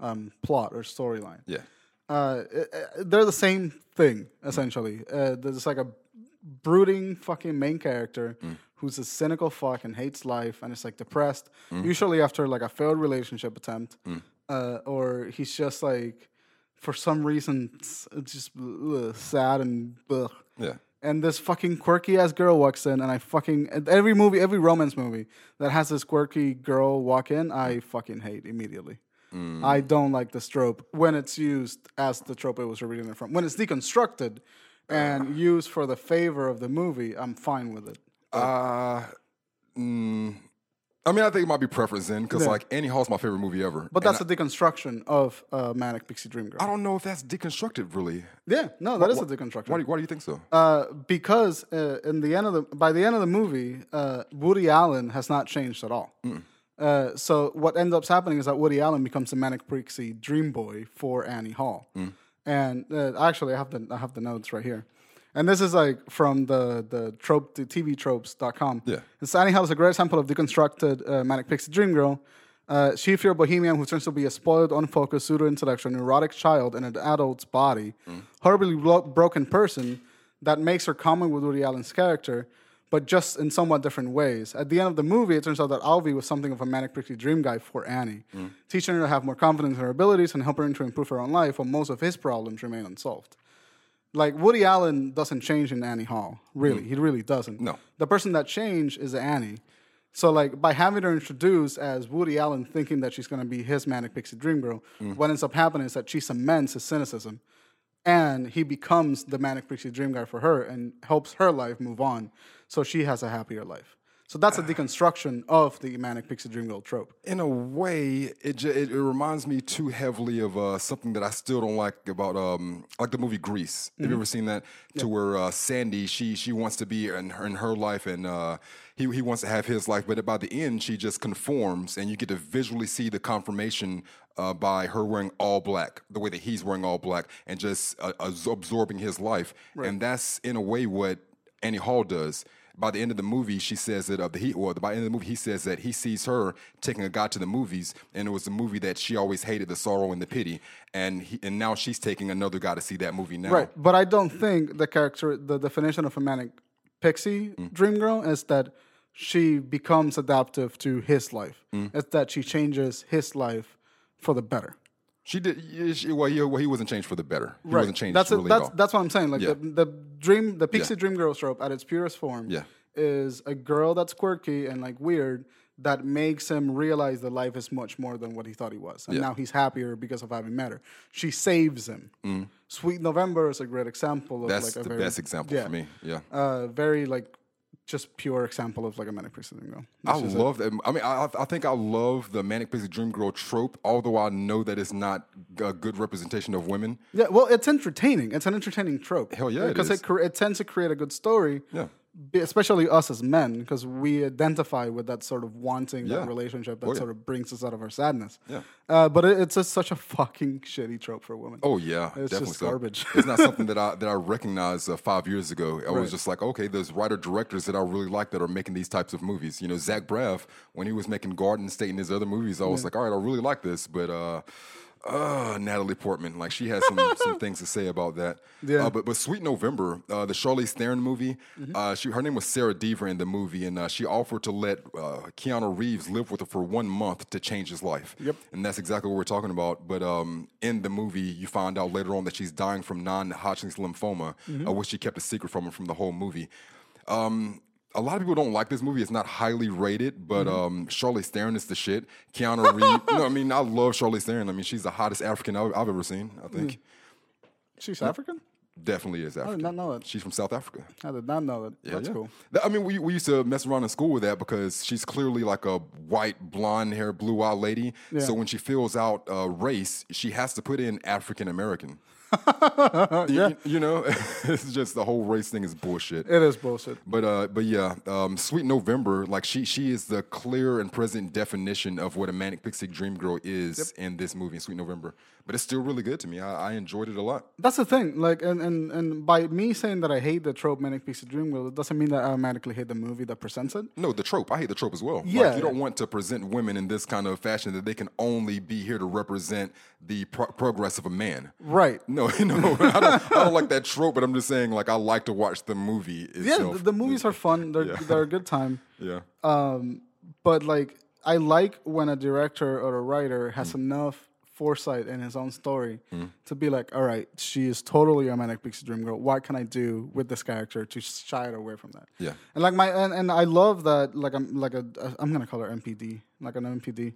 Speaker 1: um, plot or storyline
Speaker 2: Yeah,
Speaker 1: uh, it- it- they're the same thing essentially. Uh, there's like a brooding fucking main character who's a cynical fuck and hates life and is like depressed, usually after like a failed relationship attempt, uh, or he's just like for some reason s- it's just ugh, sad and ugh.
Speaker 2: yeah.
Speaker 1: And this fucking quirky ass girl walks in, and I fucking and every movie, every romance movie that has this quirky girl walk in, I fucking hate immediately.
Speaker 2: Mm.
Speaker 1: I don't like this trope when it's used as the trope it was originally from. When it's deconstructed and used for the favor of the movie, I'm fine with it.
Speaker 2: Uh, mm, I mean, I think it might be preference then, because like Annie Hall's my favorite movie ever.
Speaker 1: But that's a deconstruction of uh, Manic Pixie Dream Girl.
Speaker 2: I don't know if that's deconstructed really.
Speaker 1: yeah, no, that is a
Speaker 2: Why
Speaker 1: deconstruction.
Speaker 2: do, why do you think so?
Speaker 1: Uh, because uh, in the end of the by the end of the movie, uh, Woody Allen has not changed at all. Uh, so what ends up happening is that Woody Allen becomes the manic pixie dream boy for Annie Hall. And uh, actually, I have the I have the notes right here. And this is like from the the trope the tvtropes.com.
Speaker 2: Yeah.
Speaker 1: And Sally Hall is a great example of deconstructed uh, manic pixie dream girl. Uh, she, if you're a bohemian who turns to be a spoiled, unfocused, pseudo-intellectual, neurotic child in an adult's body, horribly blo- broken person, that makes her common with Woody Allen's character, but just in somewhat different ways. At the end of the movie, it turns out that Alvy was something of a manic pixie dream guy for Annie, teaching her to have more confidence in her abilities and helping her to improve her own life, while most of his problems remain unsolved like Woody Allen doesn't change in Annie Hall, really. He really doesn't.
Speaker 2: No.
Speaker 1: The person that changed is Annie. So like by having her introduced as Woody Allen thinking that she's gonna be his manic pixie dream girl, what ends up happening is that she cements his cynicism and he becomes the manic pixie dream guy for her and helps her life move on so she has a happier life. So that's a deconstruction of the manic pixie dream girl trope.
Speaker 2: in a way, it, ju- it it reminds me too heavily of uh, something that I still don't like about um like the movie Grease. Have you ever seen that? To where uh, Sandy she she wants to be in her, in her life and uh, he he wants to have his life, but by the end she just conforms, and you get to visually see the confirmation. Uh, by her wearing all black, the way that he's wearing all black, and just uh, abs- absorbing his life, and that's in a way what Annie Hall does. By the end of the movie, she says that of the he well, by the end of the movie, he says that he sees her taking a guy to the movies, and it was the movie that she always hated, the sorrow and the pity, and he, and now she's taking another guy to see that movie now.
Speaker 1: Right, but I don't think the character, the definition of a manic pixie
Speaker 2: Mm.
Speaker 1: dream girl is that she becomes adaptive to his life.
Speaker 2: Mm.
Speaker 1: It's that she changes his life for the better.
Speaker 2: She did. yeah, She, well, he, well, he wasn't changed for the better. He wasn't changed
Speaker 1: That's it-
Speaker 2: really
Speaker 1: that's
Speaker 2: at all.
Speaker 1: that's what I'm saying. Like
Speaker 2: Yeah.
Speaker 1: the, the dream, the pixie dream girl trope at its purest form
Speaker 2: Yeah.
Speaker 1: is a girl that's quirky and like weird that makes him realize that life is much more than what he thought he was, and now he's happier because of having met her. She saves him. Sweet November is a great example of
Speaker 2: Mm. That's
Speaker 1: like a
Speaker 2: the
Speaker 1: very,
Speaker 2: best example
Speaker 1: yeah.
Speaker 2: for me. Yeah.
Speaker 1: uh, very like just pure example of like a manic pixie dream girl.
Speaker 2: I love that. I mean, I, I think I love the manic pixie dream girl trope, although I know that it's not a good representation of women.
Speaker 1: Yeah, well, it's entertaining. It's an entertaining trope.
Speaker 2: Hell yeah, it
Speaker 1: because
Speaker 2: is.
Speaker 1: it, cre- it tends to create a good story.
Speaker 2: Yeah.
Speaker 1: b- especially us as men because we identify with that sort of wanting
Speaker 2: Yeah. Oh,
Speaker 1: that relationship that
Speaker 2: yeah.
Speaker 1: sort of brings us out of our sadness.
Speaker 2: Yeah.
Speaker 1: uh, but it, it's just such a [laughs] fucking shitty trope for women.
Speaker 2: Oh yeah,
Speaker 1: It's
Speaker 2: definitely
Speaker 1: just
Speaker 2: so.
Speaker 1: garbage.
Speaker 2: it's not
Speaker 1: [laughs]
Speaker 2: something that I that I recognized uh, five years ago. I was just like, okay, there's writer directors that I really like that are making these types of movies. You know, Zach Braff when he was making Garden State and his other movies, I was like, all right, I really like this, but. uh uh, Natalie Portman, like she has some,
Speaker 1: [laughs]
Speaker 2: some things to say about that.
Speaker 1: Yeah.
Speaker 2: Uh, but but Sweet November, uh, the Charlize Theron movie, uh, she her name was Sarah Deaver in the movie, and uh, she offered to let uh, Keanu Reeves live with her for one month to change his life. Yep. And that's exactly what we're talking about. But um, in the movie, you find out later on that she's dying from non-Hodgkin's lymphoma, uh, which she kept a secret from him from the whole movie. Um, a lot of people don't like this movie. It's not highly rated, but um, Charlize Theron is the shit. Keanu Reeves. no, I mean I love Charlize Theron. I mean she's the hottest African I've, I've ever seen. I think
Speaker 1: She's African.
Speaker 2: definitely is African.
Speaker 1: I did not know that.
Speaker 2: She's from South Africa.
Speaker 1: I did not know that. That's
Speaker 2: Yeah.
Speaker 1: cool.
Speaker 2: Th- I mean, we, we used to mess around in school with that because she's clearly like a white, blonde hair, blue eyed lady. So when she fills out uh, race, she has to put in
Speaker 1: [laughs]
Speaker 2: African American. yeah. you, you know, [laughs] it's just the whole race thing is bullshit.
Speaker 1: It is bullshit.
Speaker 2: But uh, but yeah, um, Sweet November, like she she is the clear and present definition of what a manic pixie dream girl is in this movie, Sweet November. But it's still really good to me. I, I enjoyed it a lot.
Speaker 1: That's the thing. Like, and, and and by me saying that I hate the trope manic pixie dream girl, it doesn't mean that I automatically hate the movie that presents it.
Speaker 2: No, the trope. I hate the trope as well.
Speaker 1: Yeah.
Speaker 2: Like, you don't want to present women in this kind of fashion that they can only be here to represent the pro- progress of a man.
Speaker 1: Right.
Speaker 2: No, [laughs] no, I don't,
Speaker 1: [laughs]
Speaker 2: I don't like that trope, but I'm just saying, like, I like to watch the movie
Speaker 1: Yeah,
Speaker 2: itself.
Speaker 1: the, uh, the movies are fun. They're they're a good time.
Speaker 2: yeah.
Speaker 1: but like I like when a director or a writer has
Speaker 2: Mm.
Speaker 1: enough foresight in his own story to be like, all right, she is totally a manic pixie dream girl. What can I do with this character to shy it away from that?
Speaker 2: Yeah.
Speaker 1: and like my and, and I love that. Like I'm like a I'm gonna call her MPD, like an MPD,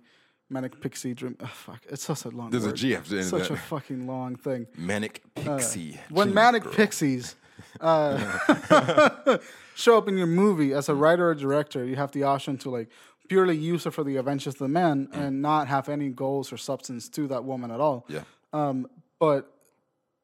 Speaker 1: manic pixie dream. ugh, fuck, it's such a long.
Speaker 2: There's a
Speaker 1: word.
Speaker 2: G after the end of
Speaker 1: Such
Speaker 2: that.
Speaker 1: a fucking long thing.
Speaker 2: manic pixie.
Speaker 1: uh, When
Speaker 2: dream
Speaker 1: manic [laughs]
Speaker 2: girl.
Speaker 1: pixies uh, [laughs] show up in your movie as a writer or director, you have the option to like purely use her for the adventures of the man and not have any goals or substance to that woman at all.
Speaker 2: Yeah.
Speaker 1: Um, but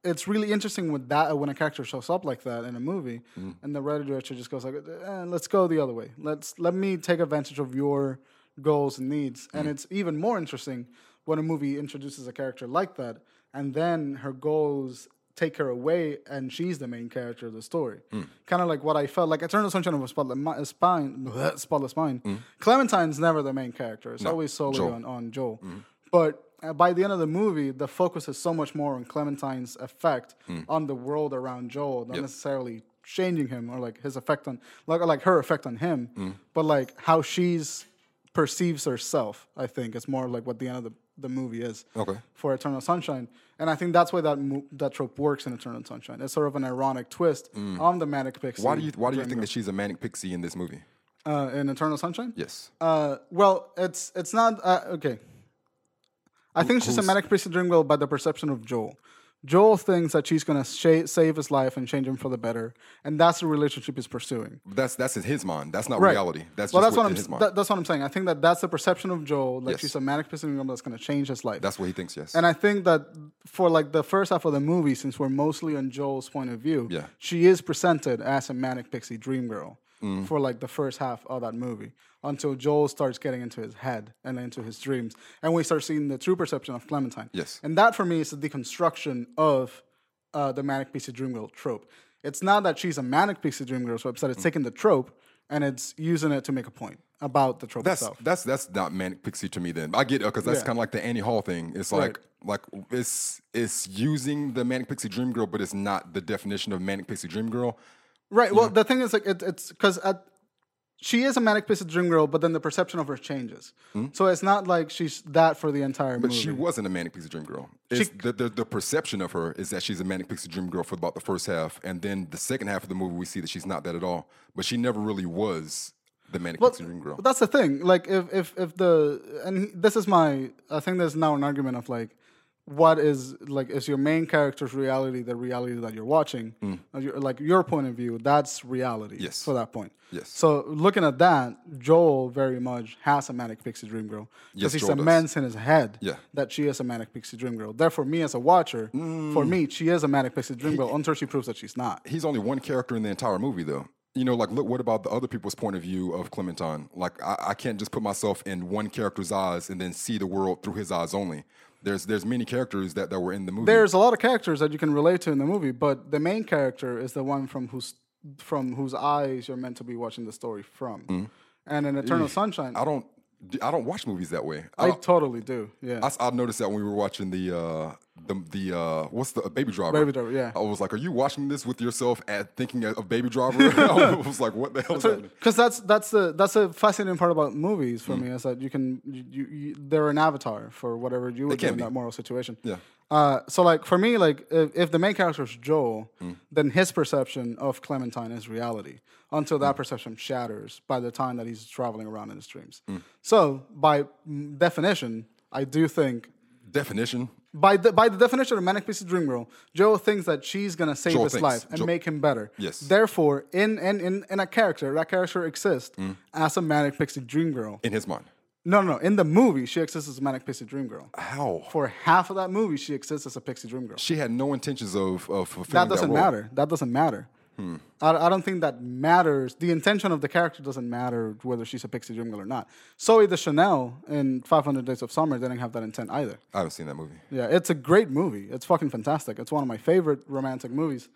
Speaker 1: it's really interesting when that when a character shows up like that in a movie, and the writer director just goes like, eh, "Let's go the other way. Let's let me take advantage of your goals and needs." And it's even more interesting when a movie introduces a character like that, and then her goals take her away and she's the main character of the story. Kind of like what I felt like Eternal Sunshine of a Spotless Mi- Spine, [laughs] Spotless Mind. Clementine's never the main character. It's always solely
Speaker 2: Joel.
Speaker 1: on on Joel.
Speaker 2: Mm-hmm.
Speaker 1: But uh, by the end of the movie, the focus is so much more on Clementine's effect
Speaker 2: Mm.
Speaker 1: on the world around Joel, not necessarily changing him or like his effect on like like her effect on him,
Speaker 2: Mm.
Speaker 1: but like how she's perceives herself. I think it's more like what the end of the, the movie is.
Speaker 2: Okay.
Speaker 1: For Eternal Sunshine, and I think that's why that mo- that trope works in Eternal Sunshine. It's sort of an ironic twist on the manic pixie.
Speaker 2: Mm. Why do you Why do you think that she's a manic pixie in this movie?
Speaker 1: uh, in Eternal Sunshine?
Speaker 2: Yes.
Speaker 1: Uh, well, it's it's not uh, okay. I think she's a manic pixie dream girl by the perception of Joel. Joel thinks that she's gonna sha- save his life and change him for the better, and that's the relationship he's pursuing.
Speaker 2: that's that's in his mind. That's not reality. That's
Speaker 1: well,
Speaker 2: just
Speaker 1: that's
Speaker 2: what,
Speaker 1: what I'm
Speaker 2: in his mind.
Speaker 1: that- that's what I'm saying. I think that that's the perception of Joel. Like
Speaker 2: Yes.
Speaker 1: she's a manic pixie dream girl that's gonna change his life.
Speaker 2: that's what he thinks. Yes.
Speaker 1: And I think that for like the first half of the movie, since we're mostly on Joel's point of view,
Speaker 2: Yeah.
Speaker 1: she is presented as a manic pixie dream girl
Speaker 2: Mm.
Speaker 1: for like the first half of that movie until Joel starts getting into his head and into his dreams, and we start seeing the true perception of Clementine.
Speaker 2: Yes.
Speaker 1: and that for me is the deconstruction of uh, the manic pixie dream girl trope. It's not that she's a manic pixie dream girl, so upset. It's
Speaker 2: Mm.
Speaker 1: taking the trope and it's using it to make a point about the trope
Speaker 2: that's
Speaker 1: itself.
Speaker 2: that's that's not manic pixie to me. Then I get it because that's
Speaker 1: Yeah.
Speaker 2: kind of like the Annie Hall thing. It's like like it's it's using the manic pixie dream girl, but it's not the definition of manic pixie dream girl.
Speaker 1: Right. Well, the thing is, like, it, it's because she is a manic pixie dream girl, but then the perception of her changes. So it's not like she's that for the entire
Speaker 2: But
Speaker 1: movie.
Speaker 2: she wasn't a manic pixie dream girl. It's the, the the perception of her is that she's a manic pixie dream girl for about the first half, and then the second half of the movie we see that she's not that at all. But she never really was the manic pixie dream girl.
Speaker 1: But that's the thing. Like, if if if the and this is my, I think there's now an argument of like, what is like is your main character's reality the reality that you're watching? Or your- like your point of view, that's reality.
Speaker 2: Hmm. Yes.
Speaker 1: For that point.
Speaker 2: Yes.
Speaker 1: So looking at that, Joel very much has a manic pixie dream girl because
Speaker 2: Yes,
Speaker 1: he
Speaker 2: Joel does.
Speaker 1: cements in his head
Speaker 2: Yeah.
Speaker 1: that she is a manic pixie dream girl. Therefore, me as a watcher, for
Speaker 2: Hmm.
Speaker 1: me, she is a manic pixie dream
Speaker 2: [laughs]
Speaker 1: girl until she proves that she's not.
Speaker 2: he's only one character in the entire movie though you know like look what about the other people's point of view of clementine like I, I can't just put myself in one character's eyes and then see the world through his eyes only there's there's many characters that, that were in the movie
Speaker 1: There's a lot of characters that you can relate to in the movie, but the main character is the one from whose from whose eyes you're meant to be watching the story from. And in Eternal Sunshine,
Speaker 2: i
Speaker 1: I,
Speaker 2: don't i don't watch movies that way i don't,
Speaker 1: totally do. Oh, Yeah.
Speaker 2: I, I noticed that when we were watching the uh the, the uh what's the baby driver
Speaker 1: Baby Driver, yeah.
Speaker 2: i was like are you watching this with yourself at thinking of baby driver [laughs] i was like what the hell is that
Speaker 1: because that's that's the that's the fascinating part about movies
Speaker 2: Mm.
Speaker 1: for me is that you can you, you, you they're an avatar for whatever you would do
Speaker 2: can
Speaker 1: in
Speaker 2: be.
Speaker 1: that moral situation.
Speaker 2: Yeah.
Speaker 1: Uh, so like for me, like if, if the main character is Joel,
Speaker 2: Mm.
Speaker 1: then his perception of Clementine is reality until
Speaker 2: Mm.
Speaker 1: that perception shatters by the time that he's traveling around in his dreams.
Speaker 2: Mm.
Speaker 1: So by mm, definition, I do think
Speaker 2: definition
Speaker 1: by the, by the definition of manic pixie dream girl, Joel thinks that she's gonna save
Speaker 2: Joel
Speaker 1: his
Speaker 2: thinks.
Speaker 1: life and
Speaker 2: Joel-
Speaker 1: make him better.
Speaker 2: Yes.
Speaker 1: Therefore, in in in, in a character, that character exists
Speaker 2: Mm.
Speaker 1: as a manic pixie dream girl.
Speaker 2: in his mind
Speaker 1: No, no, no. In the movie, she exists as a manic pixie dream girl.
Speaker 2: how
Speaker 1: For half of that movie, she exists as a pixie dream girl.
Speaker 2: she had no intentions of of fulfilling
Speaker 1: That
Speaker 2: that
Speaker 1: doesn't
Speaker 2: role.
Speaker 1: matter. That doesn't matter.
Speaker 2: Hmm.
Speaker 1: I, I don't think that matters. The intention of the character doesn't matter whether she's a pixie dream girl or not. Zoe de Chanel in 500 Days of Summer didn't have that intent either.
Speaker 2: i haven't seen that movie
Speaker 1: Yeah, it's a great movie. It's fucking fantastic. It's one of my favorite romantic movies.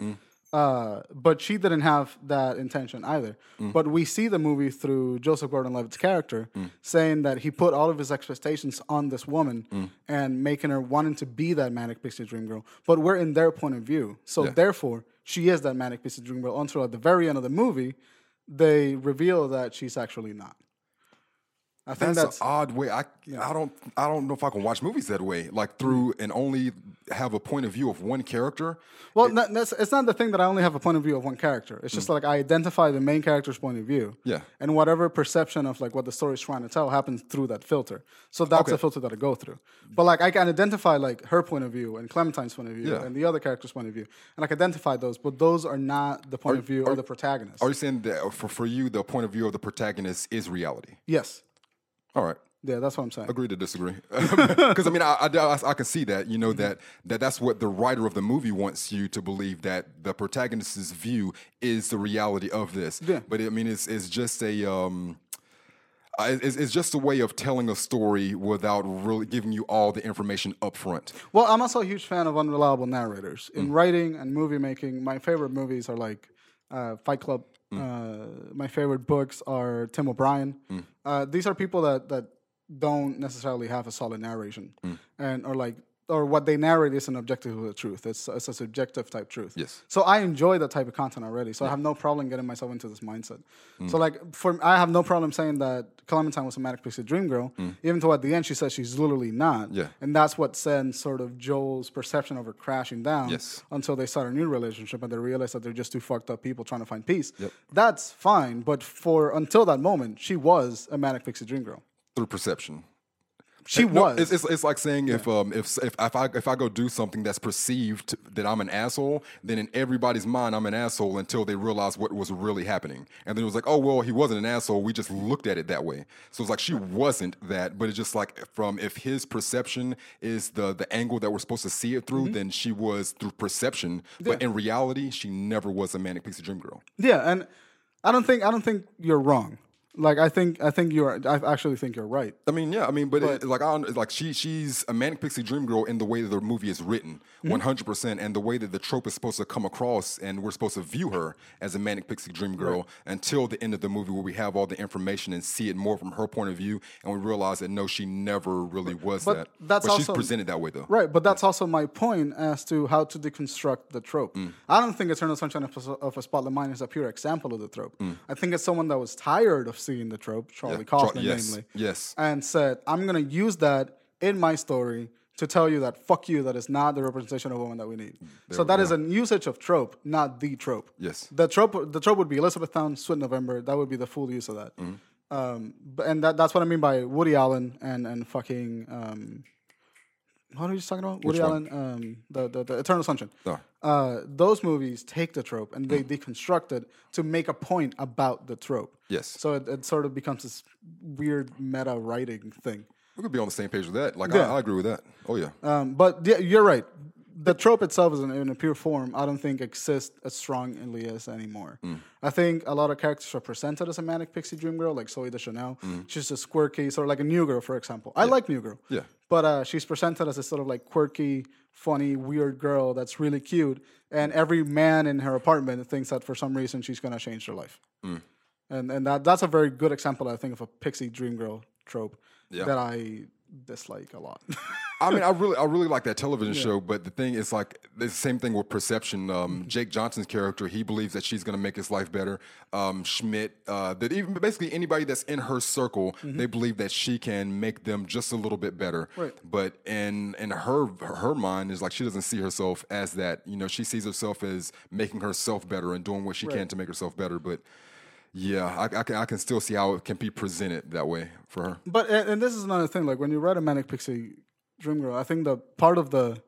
Speaker 1: Uh, but she didn't have that intention either. But we see the movie through Joseph Gordon-Levitt's character saying that he put all of his expectations on this woman and making her wanting to be that manic pixie dream girl. But we're in their point of view, so therefore she is that manic pixie dream girl. Until at the very end of the movie, they reveal that she's actually not. I think
Speaker 2: That's,
Speaker 1: that's
Speaker 2: an odd way. I I don't I don't know if I can watch movies that way. Like through
Speaker 1: Mm-hmm.
Speaker 2: and only have a point of view of one character.
Speaker 1: Well, no that's, it's not the thing that I only have a point of view of one character. It's just like I identify the main character's point of view.
Speaker 2: Hmm. Yeah.
Speaker 1: And whatever perception of like what the story's trying to tell happens through that filter. So that's the filter that I go through. But like I can identify like her point of view and Clementine's point of view
Speaker 2: Yeah.
Speaker 1: and the other character's point of view. And I can identify those, but those are not the point of view of the protagonist.
Speaker 2: Are you saying that uh, for for you the point of view of the protagonist is reality?
Speaker 1: yes.
Speaker 2: All right.
Speaker 1: Yeah, that's what I'm saying.
Speaker 2: Agree to disagree, [laughs] because I mean I, I, I- I can see that you know
Speaker 1: Mm-hmm.
Speaker 2: that that that's what the writer of the movie wants you to believe that the protagonist's view is the reality of this.
Speaker 1: Yeah.
Speaker 2: But I mean it's it's just a um, I- it's, it's just a way of telling a story without really giving you all the information up front.
Speaker 1: Well, I'm also a huge fan of unreliable narrators in writing and movie making. My favorite movies are like uh, Fight Club. Uh, my favorite books are Tim O'Brien. Uh, these are people that that don't necessarily have a solid narration and are like. Or what they narrate isn't objective with the truth. It's, it's a subjective type truth.
Speaker 2: Yes.
Speaker 1: So I enjoy that type of content already. So I have no problem getting myself into this mindset. So like for I have no problem saying that Clementine was a manic pixie dream girl, even though at the end she says she's literally not.
Speaker 2: Yeah.
Speaker 1: And that's what sends sort of Joel's perception of her crashing down
Speaker 2: Yes.
Speaker 1: until they start a new relationship and they realize that they're just two fucked up people trying to find peace. That's fine, but for until that moment, she was a manic pixie dream girl.
Speaker 2: through perception.
Speaker 1: She
Speaker 2: No,
Speaker 1: was.
Speaker 2: it's, it's, it's like saying if um if, if if I if I go do something that's perceived that I'm an asshole, then in everybody's mind I'm an asshole until they realize what was really happening, and then it was like, oh well, he wasn't an asshole. We just looked at it that way. So it's like she wasn't that, but it's just like from if his perception is the the angle that we're supposed to see it through, then she was through perception, but in reality, she never was a manic pixie dream girl.
Speaker 1: Yeah, and I don't think I don't think you're wrong. Like I think I think you're I actually think you're right.
Speaker 2: I mean, yeah, I mean, but, it, like, I, don't- like she she's a manic pixie dream girl in the way that the movie is written,
Speaker 1: Mm-hmm.
Speaker 2: one hundred percent, and the way that the trope is supposed to come across, and we're supposed to view her as a manic pixie dream girl until the end of the movie, where we have all the information and see it more from her point of view, and we realize that no, she never really was
Speaker 1: But
Speaker 2: that.
Speaker 1: that's
Speaker 2: but she's
Speaker 1: also-
Speaker 2: presented that way though.
Speaker 1: Right, but that's also my point as to how to deconstruct the trope.
Speaker 2: Mm.
Speaker 1: I don't think Eternal Sunshine of a- of a Spotless Mind is a pure example of the trope. I think it's someone that was tired of seeing the trope, Charlie
Speaker 2: Mm. Char-
Speaker 1: Kaufman,
Speaker 2: yes,
Speaker 1: namely,
Speaker 2: yes.
Speaker 1: and said, "I'm going to use that in my story to tell you that fuck you, that is not the representation of woman that we
Speaker 2: Mm,
Speaker 1: need." so that is an usage of trope, not the trope.
Speaker 2: Yes.
Speaker 1: the trope. The trope would be Elizabeth Town, Sweet November. That would be the full use of that.
Speaker 2: Mm.
Speaker 1: Um, but, and that, that's what I mean by Woody Allen and and fucking. Um, what are you talking about? Woody
Speaker 2: one? Oh.
Speaker 1: Allen, um, the, the the Eternal Sunshine.
Speaker 2: No.
Speaker 1: Uh, those movies take the trope and they deconstruct it to make a point about the trope.
Speaker 2: Yes.
Speaker 1: So it, it sort of becomes this weird meta writing thing.
Speaker 2: We could be on the same page with that. Like,
Speaker 1: Yeah.
Speaker 2: I, I agree with that. Oh yeah.
Speaker 1: Um, but yeah, you're right. The trope itself is in, in a pure form. I don't think exists as strongly as anymore.
Speaker 2: Mm.
Speaker 1: I think a lot of characters are presented as a manic pixie dream girl, like Zoe Deschanel. She's just quirky, sort of like a new girl, for example. I like new girl.
Speaker 2: Mm. Yeah.
Speaker 1: But uh, she's presented as a sort of like quirky, funny, weird girl that's really cute, and every man in her apartment thinks that for some reason she's gonna change their life.
Speaker 2: Mm.
Speaker 1: And and that that's a very good example, I think, of a pixie dream girl trope that I dislike a lot. [laughs]
Speaker 2: I mean, I really, I really like that television show, but the thing is, like, the same thing with perception. Um, Jake Johnson's character, he believes that she's going to make his life better. Um, Schmidt, uh, that even basically anybody that's in her circle, they believe that she can make them just a little bit better.
Speaker 1: Right.
Speaker 2: But in in her her mind is like she doesn't see herself as that. You know, she sees herself as making herself better and doing what she can to make herself better. But yeah, I, I can I can still see how it can be presented that way for her.
Speaker 1: But and, and this is another thing. Like when you write a manic pixie dream girl, I think the part of the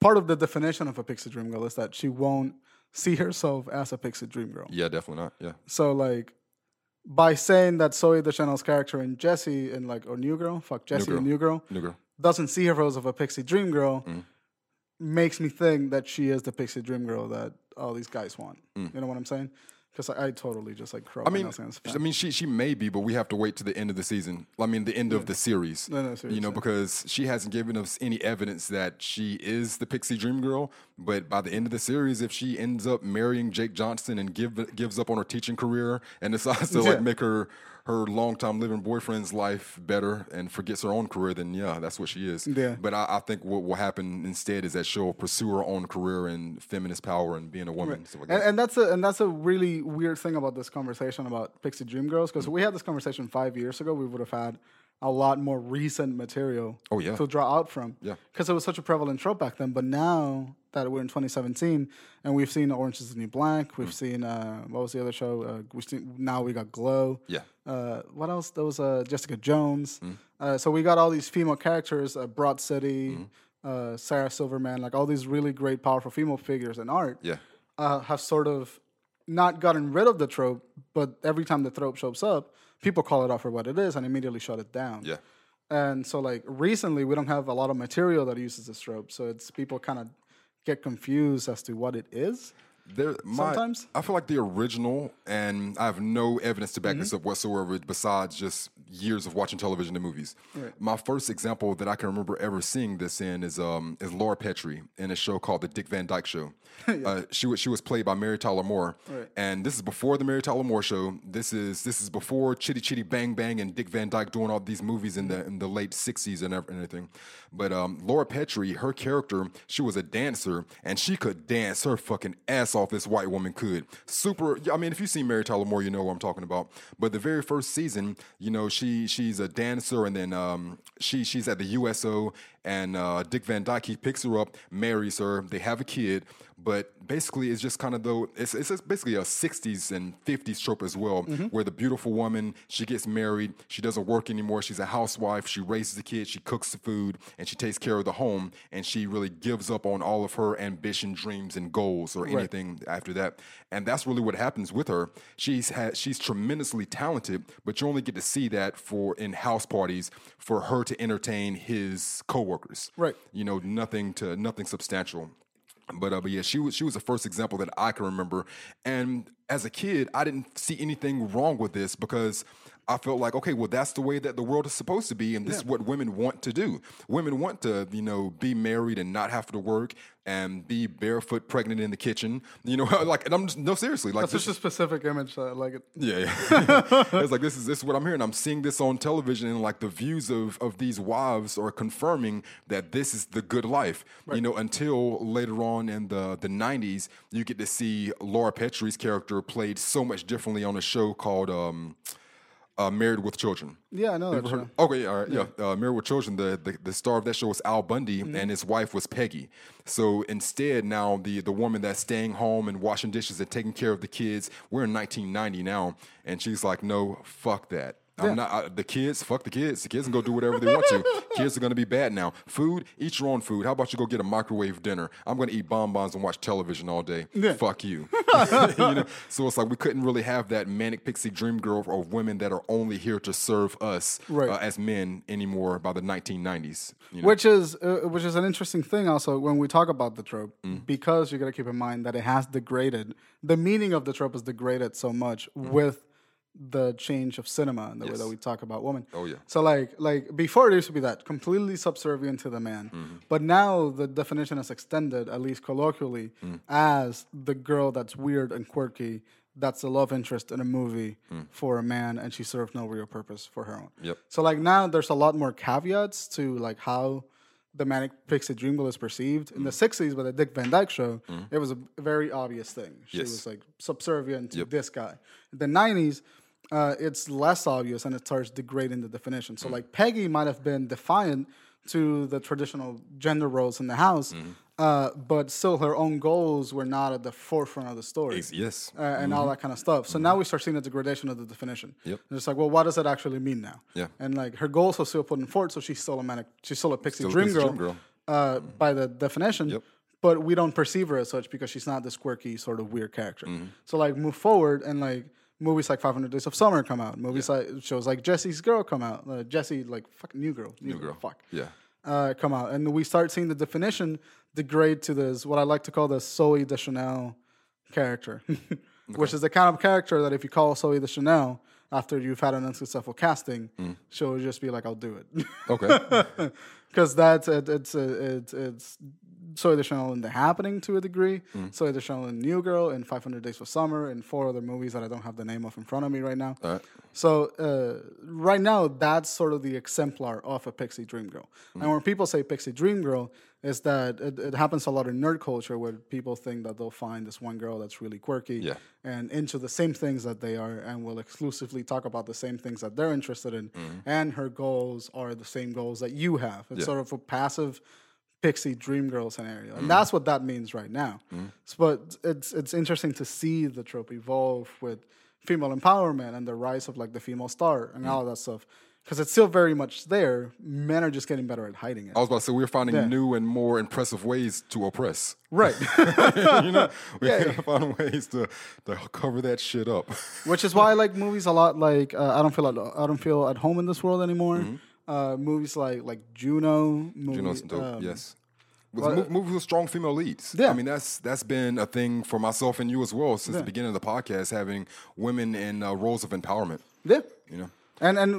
Speaker 1: part of the definition of a pixie dream girl is that she won't see herself as a pixie dream girl.
Speaker 2: Yeah, definitely not. Yeah.
Speaker 1: So like by saying that Zoe Deschanel's character and Jesse and like or New Girl, fuck Jesse and New Girl,
Speaker 2: New girl.
Speaker 1: doesn't see herself as a pixie dream girl, makes me think that she is the pixie dream girl that all these guys want. You know what I'm saying? Because I, I totally just like crow.
Speaker 2: I mean, I mean, she she may be, but we have to wait to the end of the season. I mean, the end of the series.
Speaker 1: No, no,
Speaker 2: you
Speaker 1: seriously.
Speaker 2: know, because she hasn't given us any evidence that she is the Pixie Dream Girl. But by the end of the series, if she ends up marrying Jake Johnson and give gives up on her teaching career and decides to
Speaker 1: Yeah.
Speaker 2: like make her her longtime living boyfriend's life better and forgets her own career, then yeah, that's what she is.
Speaker 1: Yeah.
Speaker 2: But I, I think what will happen instead is that she'll pursue her own career and feminist power and being a woman. and stuff like
Speaker 1: And,
Speaker 2: that.
Speaker 1: and that's a and that's a really weird thing about this conversation about Pixie Dream Girls because we had this conversation five years ago, we would have had a lot more recent material.
Speaker 2: Oh, yeah.
Speaker 1: to draw out from.
Speaker 2: Yeah.
Speaker 1: because it was such a prevalent trope back then. But now that we're in 2017 and we've seen Orange Is the New Black,
Speaker 2: Mm.
Speaker 1: we've seen uh, what was the other show? Uh, we've seen, now we got Glow.
Speaker 2: Yeah. Mm.
Speaker 1: Uh, what else? There was uh, Jessica Jones. Uh, so we got all these female characters, uh, Broad City,
Speaker 2: Mm.
Speaker 1: uh, Sarah Silverman, like all these really great, powerful female figures in art
Speaker 2: yeah.
Speaker 1: uh, have sort of not gotten rid of the trope, but every time the trope shows up, people call it out for what it is and immediately shut it down.
Speaker 2: Yeah.
Speaker 1: And so, like recently, we don't have a lot of material that uses this trope, so it's people kind of get confused as to what it is.
Speaker 2: There, my,
Speaker 1: Sometimes?
Speaker 2: I feel like the original, and I have no evidence to back this up whatsoever, besides just years of watching television and movies. My first example that I can remember ever seeing this in is um, is Laura Petrie in a show called The Dick Van Dyke Show. uh, she was she was played by Mary Tyler Moore, and this is before the Mary Tyler Moore Show. This is this is before Chitty Chitty Bang Bang and Dick Van Dyke doing all these movies in the in the late sixties and ev- and everything. But um, Laura Petrie, her character, she was a dancer and she could dance her fucking ass off. This white woman could super. I mean, if you see Mary Tyler Moore, you know what I'm talking about. But the very first season, you know, she she's a dancer and then um, she she's at the USO and uh, Dick Van Dyke he picks her up, marries her, they have a kid. But basically, it's just kind of though it's it's just basically a '60s and '50s trope as well, where the beautiful woman she gets married, she doesn't work anymore, she's a housewife, she raises the kid, she cooks the food, and she takes care of the home, and she really gives up on all of her ambition, dreams, and goals or anything after that. And that's really what happens with her. She's had she's tremendously talented, but you only get to see that for in house parties for her to entertain his coworkers
Speaker 1: Right.
Speaker 2: you know, nothing to nothing substantial. But uh, but yeah, she was she was the first example that I can remember. And as a kid, I didn't see anything wrong with this because I felt like, okay, well, that's the way that the world is supposed to be, and this is what women want to do. Women want to, you know, be married and not have to work and be barefoot, pregnant in the kitchen. You know, [laughs] like, and I'm just no seriously, like, this
Speaker 1: Such a specific image that I like it.
Speaker 2: yeah, yeah. it's like this is this is what I'm hearing. I'm seeing this on television, and like the views of of these wives are confirming that this is the good life. You know, until later on in the the 90s, you get to see Laura Petrie's character played so much differently on a show called um, uh, Married with Children.
Speaker 1: Yeah, I know that. show.
Speaker 2: Okay, yeah, all right, yeah. Uh, Married with Children. The, the the star of that show was Al Bundy, and his wife was Peggy. So instead, now the the woman that's staying home and washing dishes and taking care of the kids. We're in 1990 now, and she's like, "No, fuck that." I'm not I, the kids. Fuck the kids. The kids can go do whatever they want to. kids are gonna be bad now. Food. Eat your own food. How about you go get a microwave dinner? I'm gonna eat bonbons and watch television all day. Fuck you. [laughs] you know? So it's like we couldn't really have that manic pixie dream girl of women that are only here to serve us
Speaker 1: Right.
Speaker 2: uh, as men anymore by the 1990s. You know?
Speaker 1: Which is uh, which is an interesting thing also when we talk about the trope
Speaker 2: Mm-hmm.
Speaker 1: because you got to keep in mind that it has degraded the meaning of the trope is degraded so much
Speaker 2: Mm-hmm.
Speaker 1: with the change of cinema and the way that we talk about women.
Speaker 2: Oh, yeah.
Speaker 1: So like like before it used to be that completely subservient to the man, but now the definition is extended at least colloquially as the girl that's weird and quirky. That's a love interest in a movie for a man, and she serves no real purpose for her own.
Speaker 2: Yep.
Speaker 1: So like now there's a lot more caveats to like how the manic pixie dream girl is perceived in the 60s by the Dick Van Dyke show. It was a very obvious thing. She was like subservient to this guy. The 90s uh, it's less obvious and it starts degrading the definition. So like Peggy might have been defiant to the traditional gender roles in the house. Uh, but still, her own goals were not at the forefront of the story
Speaker 2: Ex- yes.
Speaker 1: uh, and all that kind of stuff. So now we start seeing a degradation of the definition.
Speaker 2: Mm-hmm. Yep.
Speaker 1: And it's like, well, what does that actually mean now?
Speaker 2: Yeah.
Speaker 1: And like her goals are still put in forward, so she's still a manic, she's still a pixie,
Speaker 2: Still a
Speaker 1: dream,
Speaker 2: pixie
Speaker 1: girl,
Speaker 2: dream girl. Mm-hmm.
Speaker 1: Uh, by the definition. But we don't perceive her as such because she's not this quirky sort of weird character.
Speaker 2: Mm-hmm.
Speaker 1: So like move forward and like movies like 500 Days of Summer come out. Movies like shows like Jesse's Girl come out. Uh, Jesse like fuck New Girl. New, Girl. Fuck
Speaker 2: Yeah.
Speaker 1: uh, come out, and we start seeing the definition degrade to this what I like to call the Zoe de Chanel character, [laughs] which is the kind of character that if you call Zoe de Chanel after you've had an unsuccessful casting, she'll just be like, "I'll do it," [laughs]
Speaker 2: [laughs] Okay.
Speaker 1: because that's it, it's uh it's it's Zoe de Chanel in The Happening to a degree,
Speaker 2: Mm.
Speaker 1: Zoe de Chanel in New Girl, in Five Hundred Days for Summer, and four other movies that I don't have the name of in front of me right now.
Speaker 2: all right.
Speaker 1: So uh, right now, that's sort of the exemplar of a pixie dream girl.
Speaker 2: Mm.
Speaker 1: And when people say pixie dream girl, is that it, it happens a lot in nerd culture where people think that they'll find this one girl that's really quirky
Speaker 2: Yeah.
Speaker 1: and into the same things that they are, and will exclusively talk about the same things that they're interested in, and her goals are the same goals that you have. It's sort of a passive pixie dream girl scenario, and that's what that means right now. S- But it's it's interesting to see the trope evolve with female empowerment and the rise of like the female star and all of that stuff, because it's still very much there. Men are just getting better at hiding it.
Speaker 2: I was about to say we're finding new and more impressive ways to
Speaker 1: [laughs]
Speaker 2: oppress. [laughs]
Speaker 1: Right.
Speaker 2: you know, we gotta find ways to to cover that shit up. [laughs]
Speaker 1: which is why I like movies a lot. Like uh, I don't feel at, I don't feel at home in this world anymore. Uh, movies like like Juno, movie,
Speaker 2: You know, it's Mm-hmm. dope.
Speaker 1: um,
Speaker 2: yes. With mov- movies with strong female leads.
Speaker 1: Yeah.
Speaker 2: I mean that's that's been a thing for myself and you as well since the beginning of the podcast, having women in uh, roles of empowerment.
Speaker 1: Yeah.
Speaker 2: You know,
Speaker 1: And and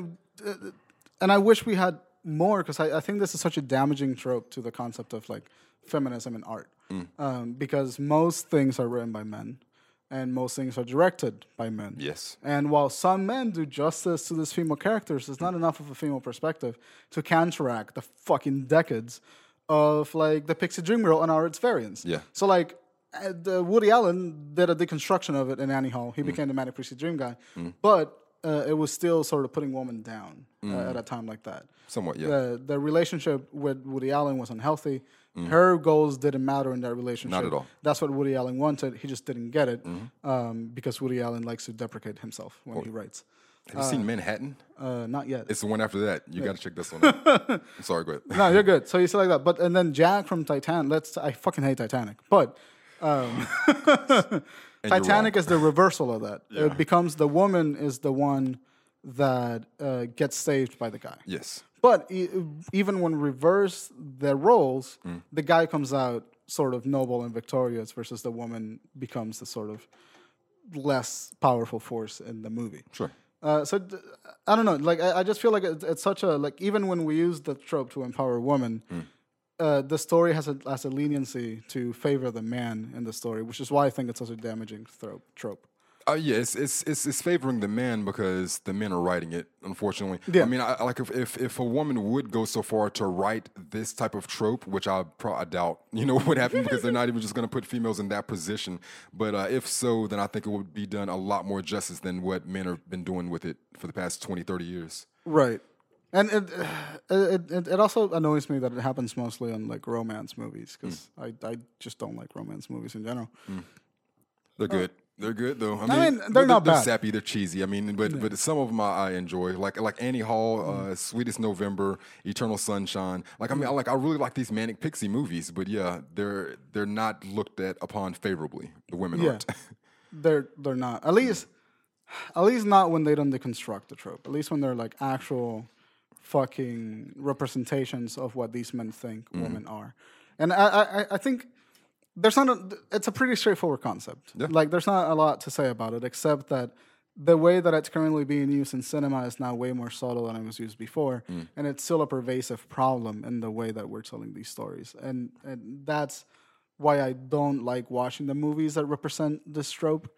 Speaker 1: uh, and I wish we had more because I, I think this is such a damaging trope to the concept of like feminism in art
Speaker 2: Mm.
Speaker 1: um, because most things are written by men and most things are directed by men.
Speaker 2: Yes.
Speaker 1: And while some men do justice to these female characters, there's not enough of a female perspective to counteract the fucking decades of like the Pixie Dream Girl and our its variants.
Speaker 2: Yeah.
Speaker 1: So like, uh, the Woody Allen did a deconstruction of it in Annie Hall.
Speaker 2: Mm.
Speaker 1: He became the Manic Pixie Dream guy, but uh, it was still sort of putting women down uh, at a time like that.
Speaker 2: Mm.
Speaker 1: Uh,
Speaker 2: somewhat. Yeah,
Speaker 1: The the relationship with Woody Allen was unhealthy. Her goals didn't matter in that relationship.
Speaker 2: Mm. Not at all. Mm-hmm.
Speaker 1: That's what Woody Allen wanted. He just didn't get it um, because Woody Allen likes to deprecate himself when he writes.
Speaker 2: have you seen Manhattan?
Speaker 1: Uh, not yet.
Speaker 2: It's the one after that. You got to check this one.
Speaker 1: [laughs]
Speaker 2: out. I'm sorry, go ahead. [laughs]
Speaker 1: no, you're good. So you say like that. But and then Jack from Titanic. Let's. I fucking hate Titanic, but um, [laughs]
Speaker 2: And you're wrong.
Speaker 1: Titanic is the reversal of that. It becomes the woman is the one that uh, gets saved by the guy.
Speaker 2: Yes.
Speaker 1: But e- even when reverse their roles, the guy comes out sort of noble and victorious, versus the woman becomes the sort of less powerful force in the movie.
Speaker 2: Sure.
Speaker 1: Uh, so d- I don't know. Like I, I just feel like it, it's such a like even when we use the trope to empower women, uh, the story has a has a leniency to favor the man in the story, which is why I think it's such a damaging thro- trope.
Speaker 2: Uh, yeah, it's, it's it's it's favoring the man because the men are writing it. Unfortunately,
Speaker 1: Yeah.
Speaker 2: I mean, I, I- like if, if if a woman would go so far to write this type of trope, which I pro- I doubt, [laughs] you know, would happen because they're not even just going to put females in that position. But uh, if so, then I think it would be done a lot more justice than what men have been doing with it for the past 20, 30 years.
Speaker 1: Right. And it, it it it also annoys me that it happens mostly on like romance movies because I, I just don't like romance movies in general.
Speaker 2: They're good. They're good though. I mean,
Speaker 1: mean, they're not
Speaker 2: they're
Speaker 1: bad.
Speaker 2: sappy. They're cheesy. I mean, but but some of them I, I enjoy, like like Annie Hall,
Speaker 1: Mm-hmm.
Speaker 2: uh, Sweetest November, Eternal Sunshine. Like I mean, I like I really like these manic pixie movies, but yeah, they're they're not looked at upon favorably. The women
Speaker 1: Yeah.
Speaker 2: aren't. [laughs]
Speaker 1: They're they're not at least at least not when they don't deconstruct the trope. At least when they're like actual fucking representations of what these men think women are. And I I, I- I think there's not a, it's a pretty straightforward concept. Like there's not a lot to say about it except that the way that it's currently being used in cinema is now way more subtle than it was used before, and it's still a pervasive problem in the way that we're telling these stories. And and that's why I don't like watching the movies that represent this trope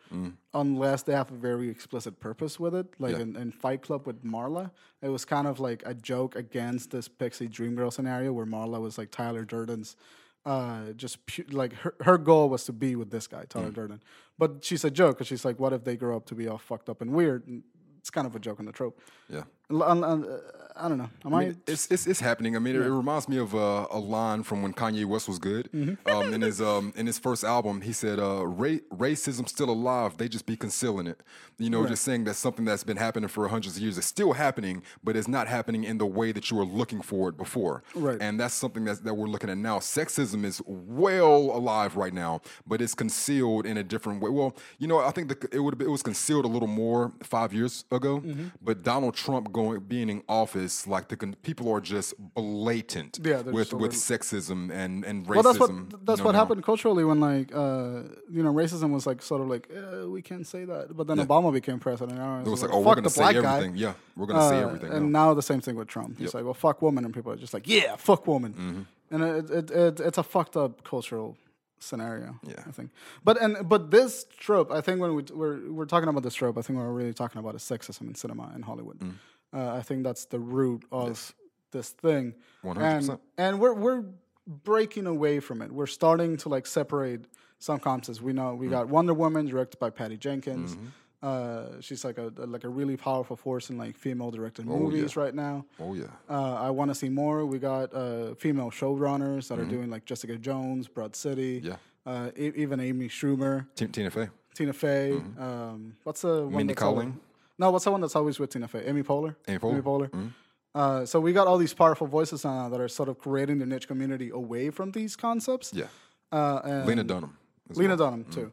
Speaker 1: unless they have a very explicit purpose with it. Like in, in Fight Club with Marla, it was kind of like a joke against this Pixie Dream Girl scenario where Marla was like Tyler Durden's uh, just pu- like her, her goal was to be with this guy, Tyler
Speaker 2: Mm.
Speaker 1: Durden. But she's a joke because she's like, what if they grow up to be all fucked up and weird? And it's kind of a joke on the trope.
Speaker 2: yeah.
Speaker 1: L- un- un- uh, I don't know. Am I?
Speaker 2: It's, it's it's happening. I mean, it, it reminds me of uh, a line from when Kanye West was good. [laughs] Um, in his um, in his first album, he said, uh, Ra- "Racism's still alive. They just be concealing it." You know, just saying that's something that's been happening for hundreds of years. It's still happening, but it's not happening in the way that you were looking for it before.
Speaker 1: Right.
Speaker 2: And that's something that's, that we're looking at now. Sexism is well alive right now, but it's concealed in a different way. Well, you know, I think the, it would it was concealed a little more five years ago,
Speaker 1: Mm-hmm.
Speaker 2: but Donald Trump going being in office, like the con- people are just blatant
Speaker 1: Yeah, they're
Speaker 2: with
Speaker 1: just
Speaker 2: with sexism and and racism.
Speaker 1: well, that's what
Speaker 2: you
Speaker 1: that's
Speaker 2: know,
Speaker 1: what
Speaker 2: now.
Speaker 1: happened culturally when like uh, you know racism was like sort of like eh, we can't say that, but then Obama became president. And I was
Speaker 2: It was like,
Speaker 1: like,
Speaker 2: oh, we're
Speaker 1: fuck
Speaker 2: gonna
Speaker 1: the
Speaker 2: say
Speaker 1: black guy.
Speaker 2: everything. Yeah, we're gonna say
Speaker 1: Uh,
Speaker 2: everything. now.
Speaker 1: And now the same thing with Trump. He's like, well, fuck woman, and people are just like, yeah, fuck woman.
Speaker 2: Mm-hmm.
Speaker 1: And it, it, it, it's a fucked up cultural scenario.
Speaker 2: Yeah.
Speaker 1: I think. But and but this trope, I think when we, we're we're talking about this trope, I think what we're really talking about is sexism in cinema in Hollywood.
Speaker 2: Mm.
Speaker 1: Uh, I think that's the root of this thing.
Speaker 2: 100%.
Speaker 1: And, and we're we're breaking away from it. We're starting to like separate some concepts. We know
Speaker 2: Mm.
Speaker 1: we got Wonder Woman directed by Patty Jenkins.
Speaker 2: Mm-hmm.
Speaker 1: Uh, she's like a, a- like a really powerful force in like female directed movies right now.
Speaker 2: Oh yeah,
Speaker 1: Uh, I want to see more. We got uh, female showrunners that are doing like Jessica Jones, Broad City,
Speaker 2: Mm-hmm. Yeah.
Speaker 1: uh, e- even Amy Schumer,
Speaker 2: T- Tina Fey.
Speaker 1: Tina Fey. Um, what's the one?
Speaker 2: Mm-hmm. Mindy
Speaker 1: that's always-
Speaker 2: Kaling?
Speaker 1: no, what's the one that's always with Tina Fey? Amy Poehler.
Speaker 2: Amy Poehler. Mm-hmm.
Speaker 1: Uh, so we got all these powerful voices now that are sort of creating the niche community away from these concepts.
Speaker 2: Yeah,
Speaker 1: Uh, and
Speaker 2: Lena Dunham. as
Speaker 1: Lena Dunham too,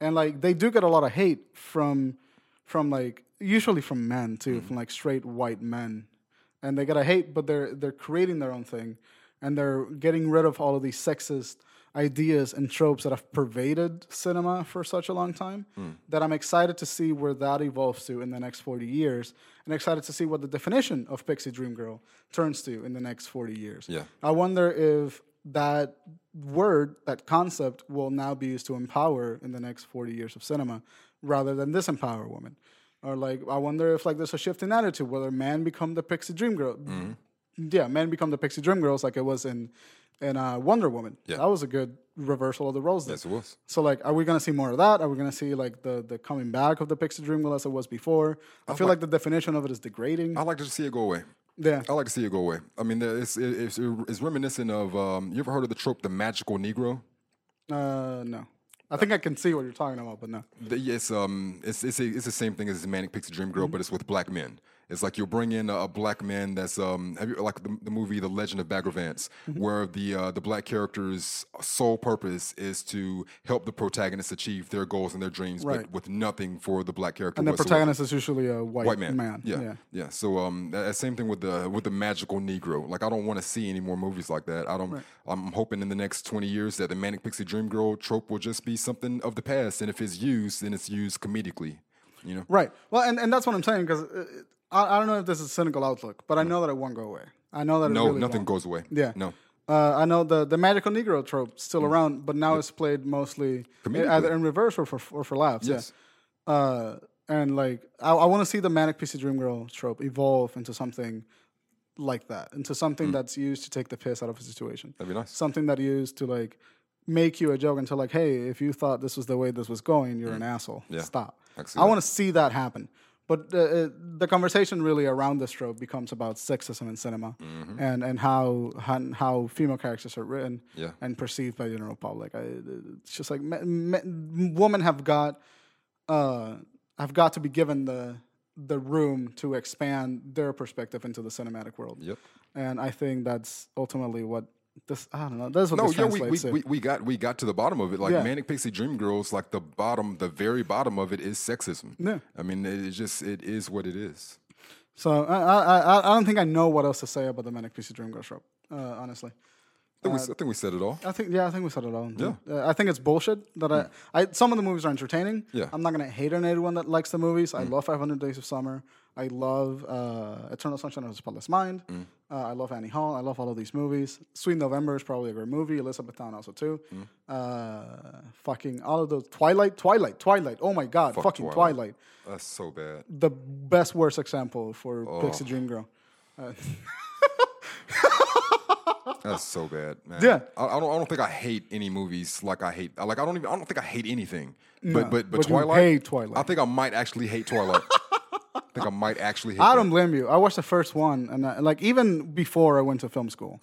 Speaker 1: and like they do get a lot of hate from, from like usually from men too, from like straight white men, and they get a hate, but they're they're creating their own thing, and they're getting rid of all of these sexist ideas and tropes that have pervaded cinema for such a long time that I'm excited to see where that evolves to in the next 40 years and excited to see what the definition of pixie dream girl turns to in the next 40 years.
Speaker 2: Yeah.
Speaker 1: I wonder if that word, that concept will now be used to empower in the next 40 years of cinema rather than disempower women. Or like I wonder if like there's a shift in attitude whether men become the pixie dream girl.
Speaker 2: Mm-hmm.
Speaker 1: Yeah, men become the pixie dream girls like it was in in uh, Wonder Woman.
Speaker 2: Yeah.
Speaker 1: That was a good reversal of the roles. there.
Speaker 2: Yes, it was.
Speaker 1: So like, are we gonna see more of that? Are we gonna see like the the coming back of the Pixie Dream Girl as it was before?
Speaker 2: Oh
Speaker 1: I, feel like, the definition of it is degrading.
Speaker 2: I like to see it go away.
Speaker 1: yeah,
Speaker 2: I like to see it go away. I mean, there- it's it, it's, it's reminiscent of. Um, you ever heard of the trope, the magical Negro?
Speaker 1: uh, no. I think I can see what you're talking about, but no.
Speaker 2: The, it's um, it's it's, a, it's the same thing as the manic pixie dream girl, but it's with black men. It's like you'll bring in a, a black man that's um, have you, like the, the movie The Legend of Bagger Vance,
Speaker 1: Mm-hmm.
Speaker 2: where the uh, the black character's sole purpose is to help the protagonist achieve their goals and their dreams,
Speaker 1: Right.
Speaker 2: but with nothing for the black character.
Speaker 1: And the
Speaker 2: whatsoever.
Speaker 1: protagonist is usually a white,
Speaker 2: white man. Yeah. yeah,
Speaker 1: yeah.
Speaker 2: So um, that, that same thing with the with the magical Negro. Like I don't want to see any more movies like that. I don't. I'm hoping in the next 20 years that the manic pixie dream girl trope will just be something of the past. And if it's used, then it's used comedically. You know.
Speaker 1: Right. Well, and, and that's what I'm saying because I, I don't know if this is a cynical outlook, but I know that it won't go away. I know that it
Speaker 2: No,
Speaker 1: really
Speaker 2: nothing
Speaker 1: won't.
Speaker 2: goes away.
Speaker 1: Yeah.
Speaker 2: No. Mm.
Speaker 1: Uh, I know the, the magical Negro trope still around, but now it's played mostly
Speaker 2: Comedically.
Speaker 1: either in reverse or for or for laughs.
Speaker 2: Yes.
Speaker 1: Yeah. Uh, and like I, I want to see the manic pixie dream girl trope evolve into something like that, into something that's used to take the piss out of a situation.
Speaker 2: Hmm. That'd be nice.
Speaker 1: Something that used to like make you a joke until like, hey, if you thought this was the way this was going, you're an asshole. Stop.
Speaker 2: Hmm. I can see
Speaker 1: I want to see that happen. But uh, uh, the conversation really around this trope becomes about sexism in cinema
Speaker 2: Mm-hmm.
Speaker 1: and, and how, how how female characters are written
Speaker 2: Yeah.
Speaker 1: and perceived by the general public. I, it's just like me, me, women have got uh, have got to be given the the room to expand their perspective into the cinematic world.
Speaker 2: Yep.
Speaker 1: And I think that's ultimately what this. I don't know. That's what
Speaker 2: No,
Speaker 1: this
Speaker 2: yeah, we,
Speaker 1: translates
Speaker 2: we,
Speaker 1: to.
Speaker 2: we, we got we got to the bottom of it. Like
Speaker 1: Yeah.
Speaker 2: Manic Pixie Dream Girls, like the bottom, the very bottom of it is sexism.
Speaker 1: Yeah.
Speaker 2: I mean, it is just it is what it is.
Speaker 1: So I, I I- I don't think I know what else to say about the manic pixie dream girl trope. Uh, honestly,
Speaker 2: I think, we, I think we said it all.
Speaker 1: I think yeah, I think we said it all. Uh, I think it's bullshit that I, I some of the movies are entertaining.
Speaker 2: Hmm. Yeah. Hmm.
Speaker 1: I'm not gonna hate on anyone that likes the movies. I love 500 Days of Summer. I love uh, Eternal Sunshine of the Spotless Mind.
Speaker 2: Hmm.
Speaker 1: Uh, I love Annie Hall. I love all of these movies. Sweet November is probably a great movie. Elizabethtown also too.
Speaker 2: Hmm.
Speaker 1: Uh, fucking all of those Twilight, Twilight, Twilight. Oh my god, fucking
Speaker 2: Twilight.
Speaker 1: Twilight
Speaker 2: That's so bad.
Speaker 1: the best worst example for Pixie Dream Girl.
Speaker 2: That's so bad, man.
Speaker 1: Yeah.
Speaker 2: I, I don't. I don't think I hate any movies like I hate. Like I don't even. I don't think I hate anything. But but but
Speaker 1: but you
Speaker 2: Twilight.
Speaker 1: hate Twilight.
Speaker 2: I think I might actually
Speaker 1: [laughs]
Speaker 2: hate Twilight. I think I might actually hate.
Speaker 1: I don't blame you. I watched the first one, and I, like even before I went to film school,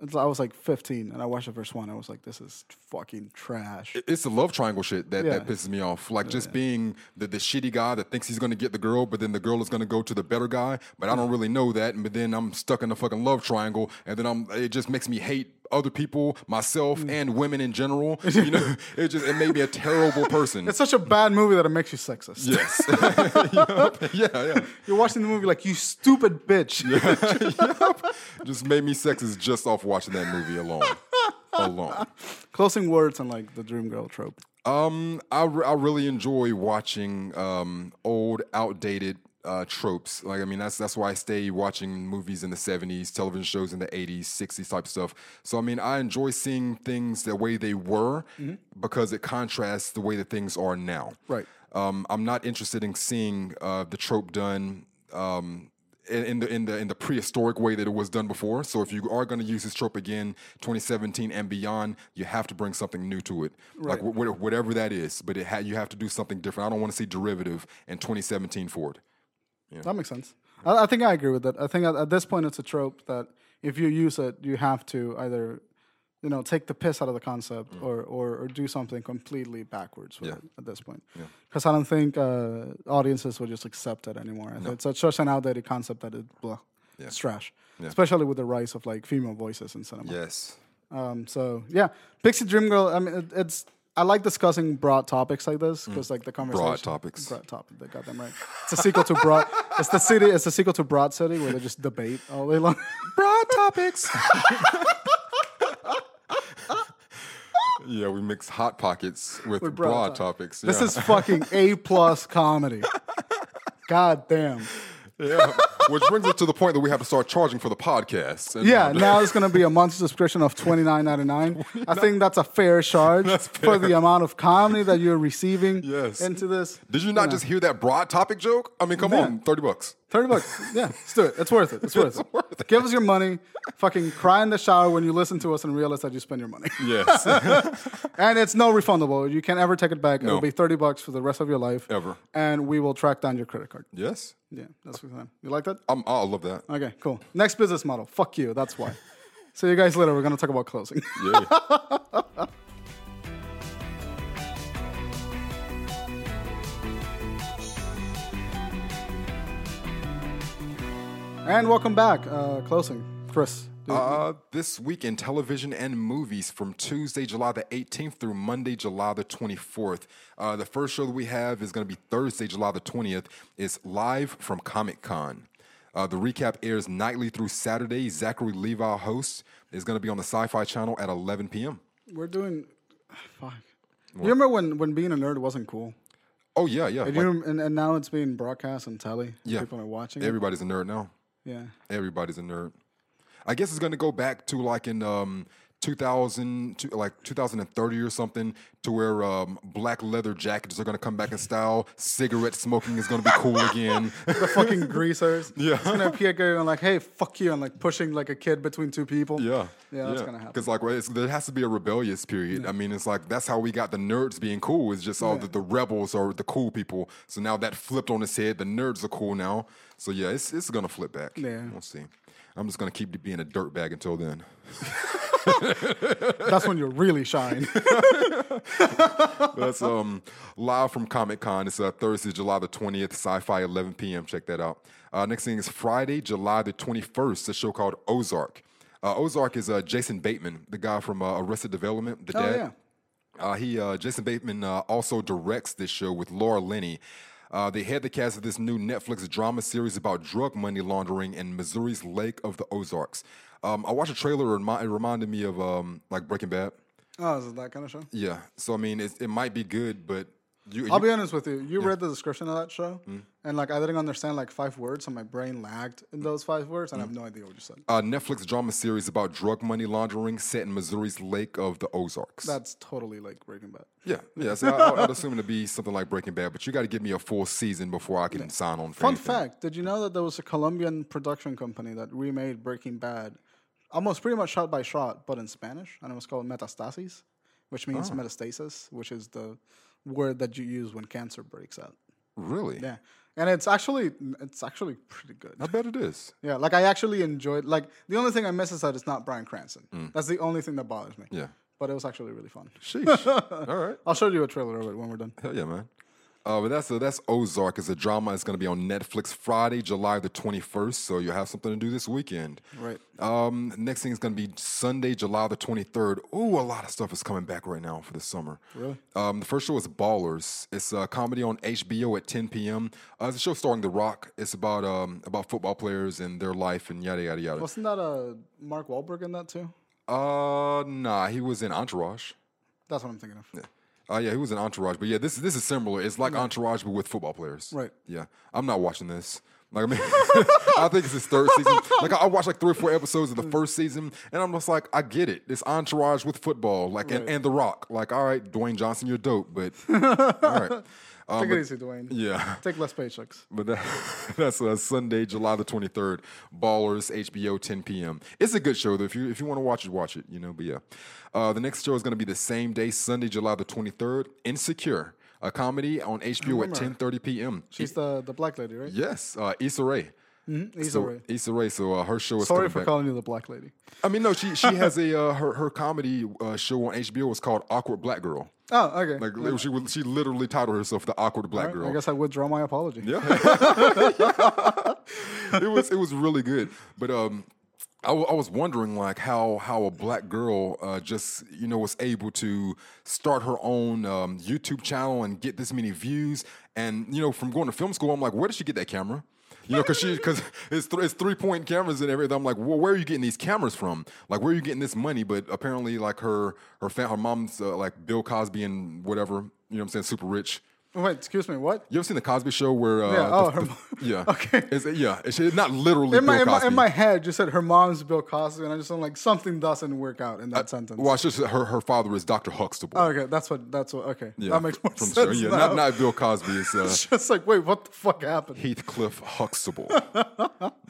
Speaker 1: it's- I was like 15, and I watched the first one. I was like, this is fucking trash.
Speaker 2: That. It's the love triangle shit that, that
Speaker 1: Yeah.
Speaker 2: pisses me off. Like just being the, the shitty guy that thinks he's gonna get the girl, but then the girl is gonna go to the better guy. But I don't really know that. But then I'm stuck in the fucking love triangle, and then I'm. It just makes me hate other people, myself,
Speaker 1: Mm.
Speaker 2: and women
Speaker 1: [laughs]
Speaker 2: in general. You know, it just it made me a terrible person.
Speaker 1: It's such a bad movie that it makes you sexist.
Speaker 2: yes. Yup. [laughs] Yeah. Yeah.
Speaker 1: [laughs] You're watching the movie like you stupid bitch.
Speaker 2: just made me sexist just off watching that movie alone. alone.
Speaker 1: [laughs] Closing words on like the dream girl trope.
Speaker 2: Um, I, re- I really enjoy watching um, old, outdated uh, tropes. Like, I mean, that's that's why I stay watching movies in the '70s, television shows in the '80s, '60s type stuff. So, I mean, I enjoy seeing things the way they were because it contrasts the way that things are now.
Speaker 1: Right.
Speaker 2: Um, I'm not interested in seeing uh, the trope done. Um, in, in the in the in the prehistoric way that it was done before. So if you are going to use this trope again, 2017 and beyond, you have to bring something new to it, like wh- wh- whatever that is. But it ha- you have to do something different. I don't want to see derivative in 2017 Ford.
Speaker 1: That makes sense. I, I think I agree with that. I think at, at this point it's a trope that if you use it, you have to either, you know, take the piss out of the concept or, or or do something completely backwards with it at this point. Because I don't think uh, audiences will just accept it anymore. I think It's such- such an outdated concept that it, blah, it's trash. Especially with the rise of like female voices in cinema.
Speaker 2: Yes.
Speaker 1: Um, so yeah, Pixie Dream Girl. I mean, it, it's I like discussing broad topics like this because like the conversation
Speaker 2: Mm. topics.
Speaker 1: broad topic they got them right it's a sequel to broad it's the city it's the sequel to broad city where they just debate all day long
Speaker 2: Broad topics. yeah, we mix hot pockets with, broad,
Speaker 1: broad topics. [laughs]
Speaker 2: topics.
Speaker 1: this
Speaker 2: yeah.
Speaker 1: is fucking a plus comedy god damn
Speaker 2: yeah. Which brings us to the point that we have to start charging for the podcast. And,
Speaker 1: yeah
Speaker 2: uh,
Speaker 1: now it's gonna be a monthly subscription of twenty nine ninety nine I think that's a
Speaker 2: [laughs]
Speaker 1: fair charge for the amount of comedy that you're receiving
Speaker 2: Yes.
Speaker 1: into this
Speaker 2: [laughs] Did you not just hear that broad topic joke? I mean, come
Speaker 1: Yeah.
Speaker 2: on, thirty bucks.
Speaker 1: 30 bucks. Yeah, let's do it. It's worth it. It's worth, it. Give us your money. Fucking cry in the shower when you listen to us and realize that you spend your money.
Speaker 2: Yes,
Speaker 1: and it's no refundable. You can't ever take it back.
Speaker 2: No.
Speaker 1: It'll be 30 bucks for the rest of your life.
Speaker 2: Ever.
Speaker 1: And we will track down your credit card.
Speaker 2: yes.
Speaker 1: Yeah, that's what I'm You like that?
Speaker 2: I'm, I love that.
Speaker 1: Okay, cool. Next business model. Fuck you. That's why. See you guys later. We're going to talk about closing.
Speaker 2: Yeah.
Speaker 1: and welcome back. Uh, closing. Chris. dude,
Speaker 2: Uh, this week in television and movies from Tuesday, July the 18th through Monday, July the 24th. Uh, the first show that we have is going to be Thursday, July the 20th. It's live from Comic Con. Uh, the recap airs nightly through Saturday. Zachary Levi, host, is going to be on the Sci Fi Channel at 11 p.m.
Speaker 1: we're doing. ah, Fuck. You remember when, when being a nerd wasn't cool?
Speaker 2: Oh, yeah, yeah.
Speaker 1: And,
Speaker 2: Like,
Speaker 1: you rem- and, and now it's being broadcast on telly.
Speaker 2: yeah.
Speaker 1: People are watching. it.
Speaker 2: Everybody's a nerd now.
Speaker 1: Yeah.
Speaker 2: Everybody's a nerd. I guess it's going to go back to like in um, 2000, to like 2030 or something, to where um, black leather jackets are going to come back in style. Cigarette smoking is going to be cool again.
Speaker 1: the fucking greasers.
Speaker 2: [laughs] Yeah.
Speaker 1: It's gonna appear going like, hey, fuck you, and like pushing like a kid between two people.
Speaker 2: yeah,
Speaker 1: Yeah, that's gonna happen.
Speaker 2: Because like, well, it's, there has to be a rebellious period. I mean, it's like that's how we got the nerds being cool. It's just all the, the rebels are the cool people. So now that flipped on its head. The nerds are cool now. So yeah, it's it's going to flip back.
Speaker 1: Yeah.
Speaker 2: we'll see. I'm just going to keep being a dirtbag until then.
Speaker 1: That's
Speaker 2: [laughs]
Speaker 1: when you really shine.
Speaker 2: That's um live from Comic Con. It's uh, Thursday, July the twentieth, Sci-Fi, eleven p.m. Check that out. Uh, next thing is Friday, July the twenty-first. A show called Ozark. Uh, Ozark is uh, Jason Bateman, the guy from uh, Arrested Development, the
Speaker 1: Oh,
Speaker 2: dad.
Speaker 1: yeah.
Speaker 2: Uh, he uh, Jason Bateman uh, also directs this show with Laura Linney. Uh, they head the cast of this new Netflix drama series about drug money laundering in Missouri's Lake of the Ozarks. Um, I watched a trailer and it reminded me of um, like Breaking Bad.
Speaker 1: oh, is it that kind of show?
Speaker 2: Yeah. So I mean, it's, it might be good, but you, Mm.
Speaker 1: I'll be honest with you. You read the description of that show, and like I didn't understand like five words, and my brain lagged in those five words, and I have no idea what you said.
Speaker 2: a Netflix drama series about drug money laundering set in Missouri's Lake of the Ozarks.
Speaker 1: That's totally like Breaking Bad.
Speaker 2: yeah, yeah. So I, I'd assume it'd be something like Breaking Bad, but you got to give me a full season before I can sign on. For
Speaker 1: Fun
Speaker 2: anything.
Speaker 1: fact: Did you know that there was a Colombian production company that remade Breaking Bad, almost pretty much shot by shot, but in Spanish, and it was called Metastasis, which means
Speaker 2: Oh.
Speaker 1: metastasis, which is the word that you use when cancer breaks out.
Speaker 2: Really?
Speaker 1: Yeah, and it's actually it's actually pretty good.
Speaker 2: I bet it is.
Speaker 1: Yeah, like I actually enjoyed. Like the only thing I miss is that it's not Brian Cranston. That's the only thing that bothers me.
Speaker 2: Mm. Yeah.
Speaker 1: but it was actually really fun. [laughs]
Speaker 2: Sheesh. All right.
Speaker 1: I'll show you a trailer of it when we're
Speaker 2: [laughs]
Speaker 1: done.
Speaker 2: Hell yeah, man. Uh, but that's uh, that's Ozark. It's a drama. It's going to be on Netflix Friday, July the twenty first. So you'll have something to do this weekend.
Speaker 1: Right.
Speaker 2: Um, next thing is going to be Sunday, July the 23rd. Ooh, a lot of stuff is coming back right now for the summer. Really? Um, the first show is Ballers. It's a comedy on HBO at 10 p.m. Uh, it's a show starring The Rock. It's about um, about football players and their life and yada yada yada.
Speaker 1: Wasn't that uh, Mark Wahlberg in that too?
Speaker 2: Uh, nah, he was in Entourage.
Speaker 1: That's what I'm thinking of.
Speaker 2: Uh, yeah, he was in Entourage. But yeah, this this is similar. It's like Entourage but with football players.
Speaker 1: Right.
Speaker 2: Yeah, I'm not watching this. Like I mean, [laughs] I think it's his third season. Like I I watched like three or four episodes of the first season, and I'm just like, I get it. It's Entourage with football, like and, and The Rock. Like, all right, Dwayne Johnson, you're dope, but all right, Uh, Um,
Speaker 1: Take it easy, Dwayne.
Speaker 2: yeah.
Speaker 1: Take less paychecks.
Speaker 2: But that, [laughs] that's uh, Sunday, July the 23rd. Ballers, HBO, 10 p.m. It's a good show though. If you if you want to watch it, watch it. You know. But yeah, uh, the next show is going to be the same day, Sunday, July the 23rd. Insecure, a comedy on
Speaker 1: Oh
Speaker 2: HBO at 10:30 p.m.
Speaker 1: She's the the black lady, right?
Speaker 2: yes, uh, Issa Rae.
Speaker 1: He's
Speaker 2: So,
Speaker 1: alright.
Speaker 2: Issa Rae. So uh, her show is
Speaker 1: Sorry
Speaker 2: coming
Speaker 1: for
Speaker 2: back.
Speaker 1: calling you the black lady.
Speaker 2: I mean, no,
Speaker 1: [laughs]
Speaker 2: she she has a uh, her her comedy uh, show on HBO. It's called Awkward Black Girl.
Speaker 1: Oh, okay.
Speaker 2: Like she would- she literally titled herself the Awkward Black Girl.
Speaker 1: I guess I withdraw my apology.
Speaker 2: [laughs] Yeah. it was it was really good. But um I, w- I was wondering like how how a black girl uh, just you know was able to start her own um, YouTube channel and get this many views and you know from going to film school I'm like where did she get that camera you know because she because it's th- it's three point cameras and everything I'm like well, where are you getting these cameras from like where are you getting this money but apparently like her her fam- her mom's uh, like Bill Cosby and whatever you know what I'm saying super rich
Speaker 1: Oh, Wait, excuse me. What?
Speaker 2: you ever seen the Cosby Show where uh,
Speaker 1: Yeah, oh,
Speaker 2: the-
Speaker 1: her
Speaker 2: the-
Speaker 1: [laughs] mom-
Speaker 2: yeah
Speaker 1: Okay.
Speaker 2: it's, yeah it's it's not literally
Speaker 1: In my,
Speaker 2: Bill
Speaker 1: in, my,
Speaker 2: Cosby.
Speaker 1: in my head, you said her mom's Bill Cosby, and I just am like something doesn't work out in
Speaker 2: Uh,
Speaker 1: that sentence.
Speaker 2: Well, it's just that her her father is Doctor Huxtable.
Speaker 1: Okay, that's what. That's what. Okay,
Speaker 2: Yeah,
Speaker 1: that makes more
Speaker 2: from
Speaker 1: sense.
Speaker 2: yeah,
Speaker 1: now.
Speaker 2: not, not Bill Cosby. It's uh,
Speaker 1: [laughs] it's just like, wait, what the fuck happened?
Speaker 2: Heathcliff
Speaker 1: [laughs]
Speaker 2: Huxtable.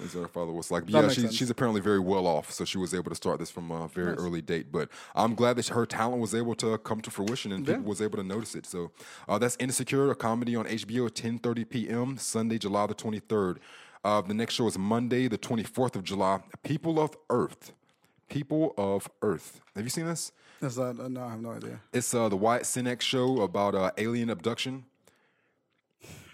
Speaker 2: Is her father was like, but yeah,
Speaker 1: makes
Speaker 2: she,
Speaker 1: sense.
Speaker 2: she's apparently very well off, so she was able to start this from a very early date. But I'm glad that her talent was able to come to fruition and people was able to notice it. So uh, that's Insecure, a comedy on HBO, 10:30 p.m. Sunday, July the 23rd. Uh, the next show is Monday, the 24th of July. People of Earth, People of Earth. Have you seen this?
Speaker 1: Is that? Uh, no, I have no idea.
Speaker 2: It's uh, the Wyatt Sinek show about uh, alien abduction.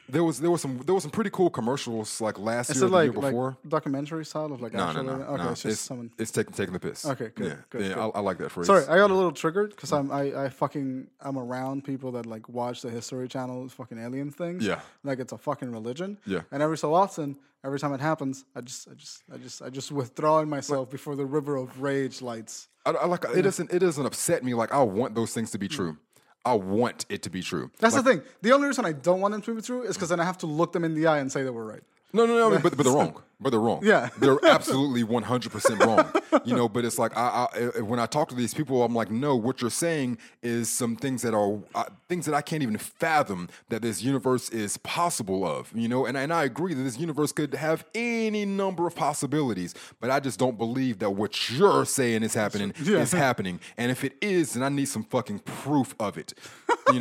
Speaker 2: There was there was some there was some pretty cool commercials like last
Speaker 1: Is it
Speaker 2: year, or the
Speaker 1: like,
Speaker 2: year
Speaker 1: like
Speaker 2: before.
Speaker 1: documentary style of like
Speaker 2: no, no,
Speaker 1: actually?
Speaker 2: no,
Speaker 1: okay,
Speaker 2: no.
Speaker 1: it's just
Speaker 2: it's
Speaker 1: someone.
Speaker 2: it's taking taking the piss.
Speaker 1: Okay, good,
Speaker 2: Yeah,
Speaker 1: good,
Speaker 2: yeah,
Speaker 1: good.
Speaker 2: I, I like that phrase.
Speaker 1: Sorry, I got a little triggered because I'm I, I fucking I'm around people that like watch the History Channel fucking alien things.
Speaker 2: Yeah.
Speaker 1: like it's a fucking religion.
Speaker 2: Yeah.
Speaker 1: and every so often, every time it happens, I just I just I just I just withdraw in myself before the river of rage lights.
Speaker 2: I, I like it doesn't it doesn't upset me. Like I want those things to
Speaker 1: Mm.
Speaker 2: be true. I want it to be true.
Speaker 1: That's the thing. The only reason I don't want them to be true is because then I have to look them in the eye and say they were right.
Speaker 2: No, no, no. I mean, but, but they're wrong. But they're wrong.
Speaker 1: Yeah.
Speaker 2: they're absolutely one hundred percent wrong. You know, but it's like I, I I- when I talk to these people, I'm like, no, what you're saying is some things that are uh, things that I can't even fathom that this universe is possible of. You know, and and I agree that this universe could have any number of possibilities, but I just don't believe that what you're saying is happening
Speaker 1: Yeah. [laughs]
Speaker 2: is happening. And if it is, then I need some fucking proof of it. You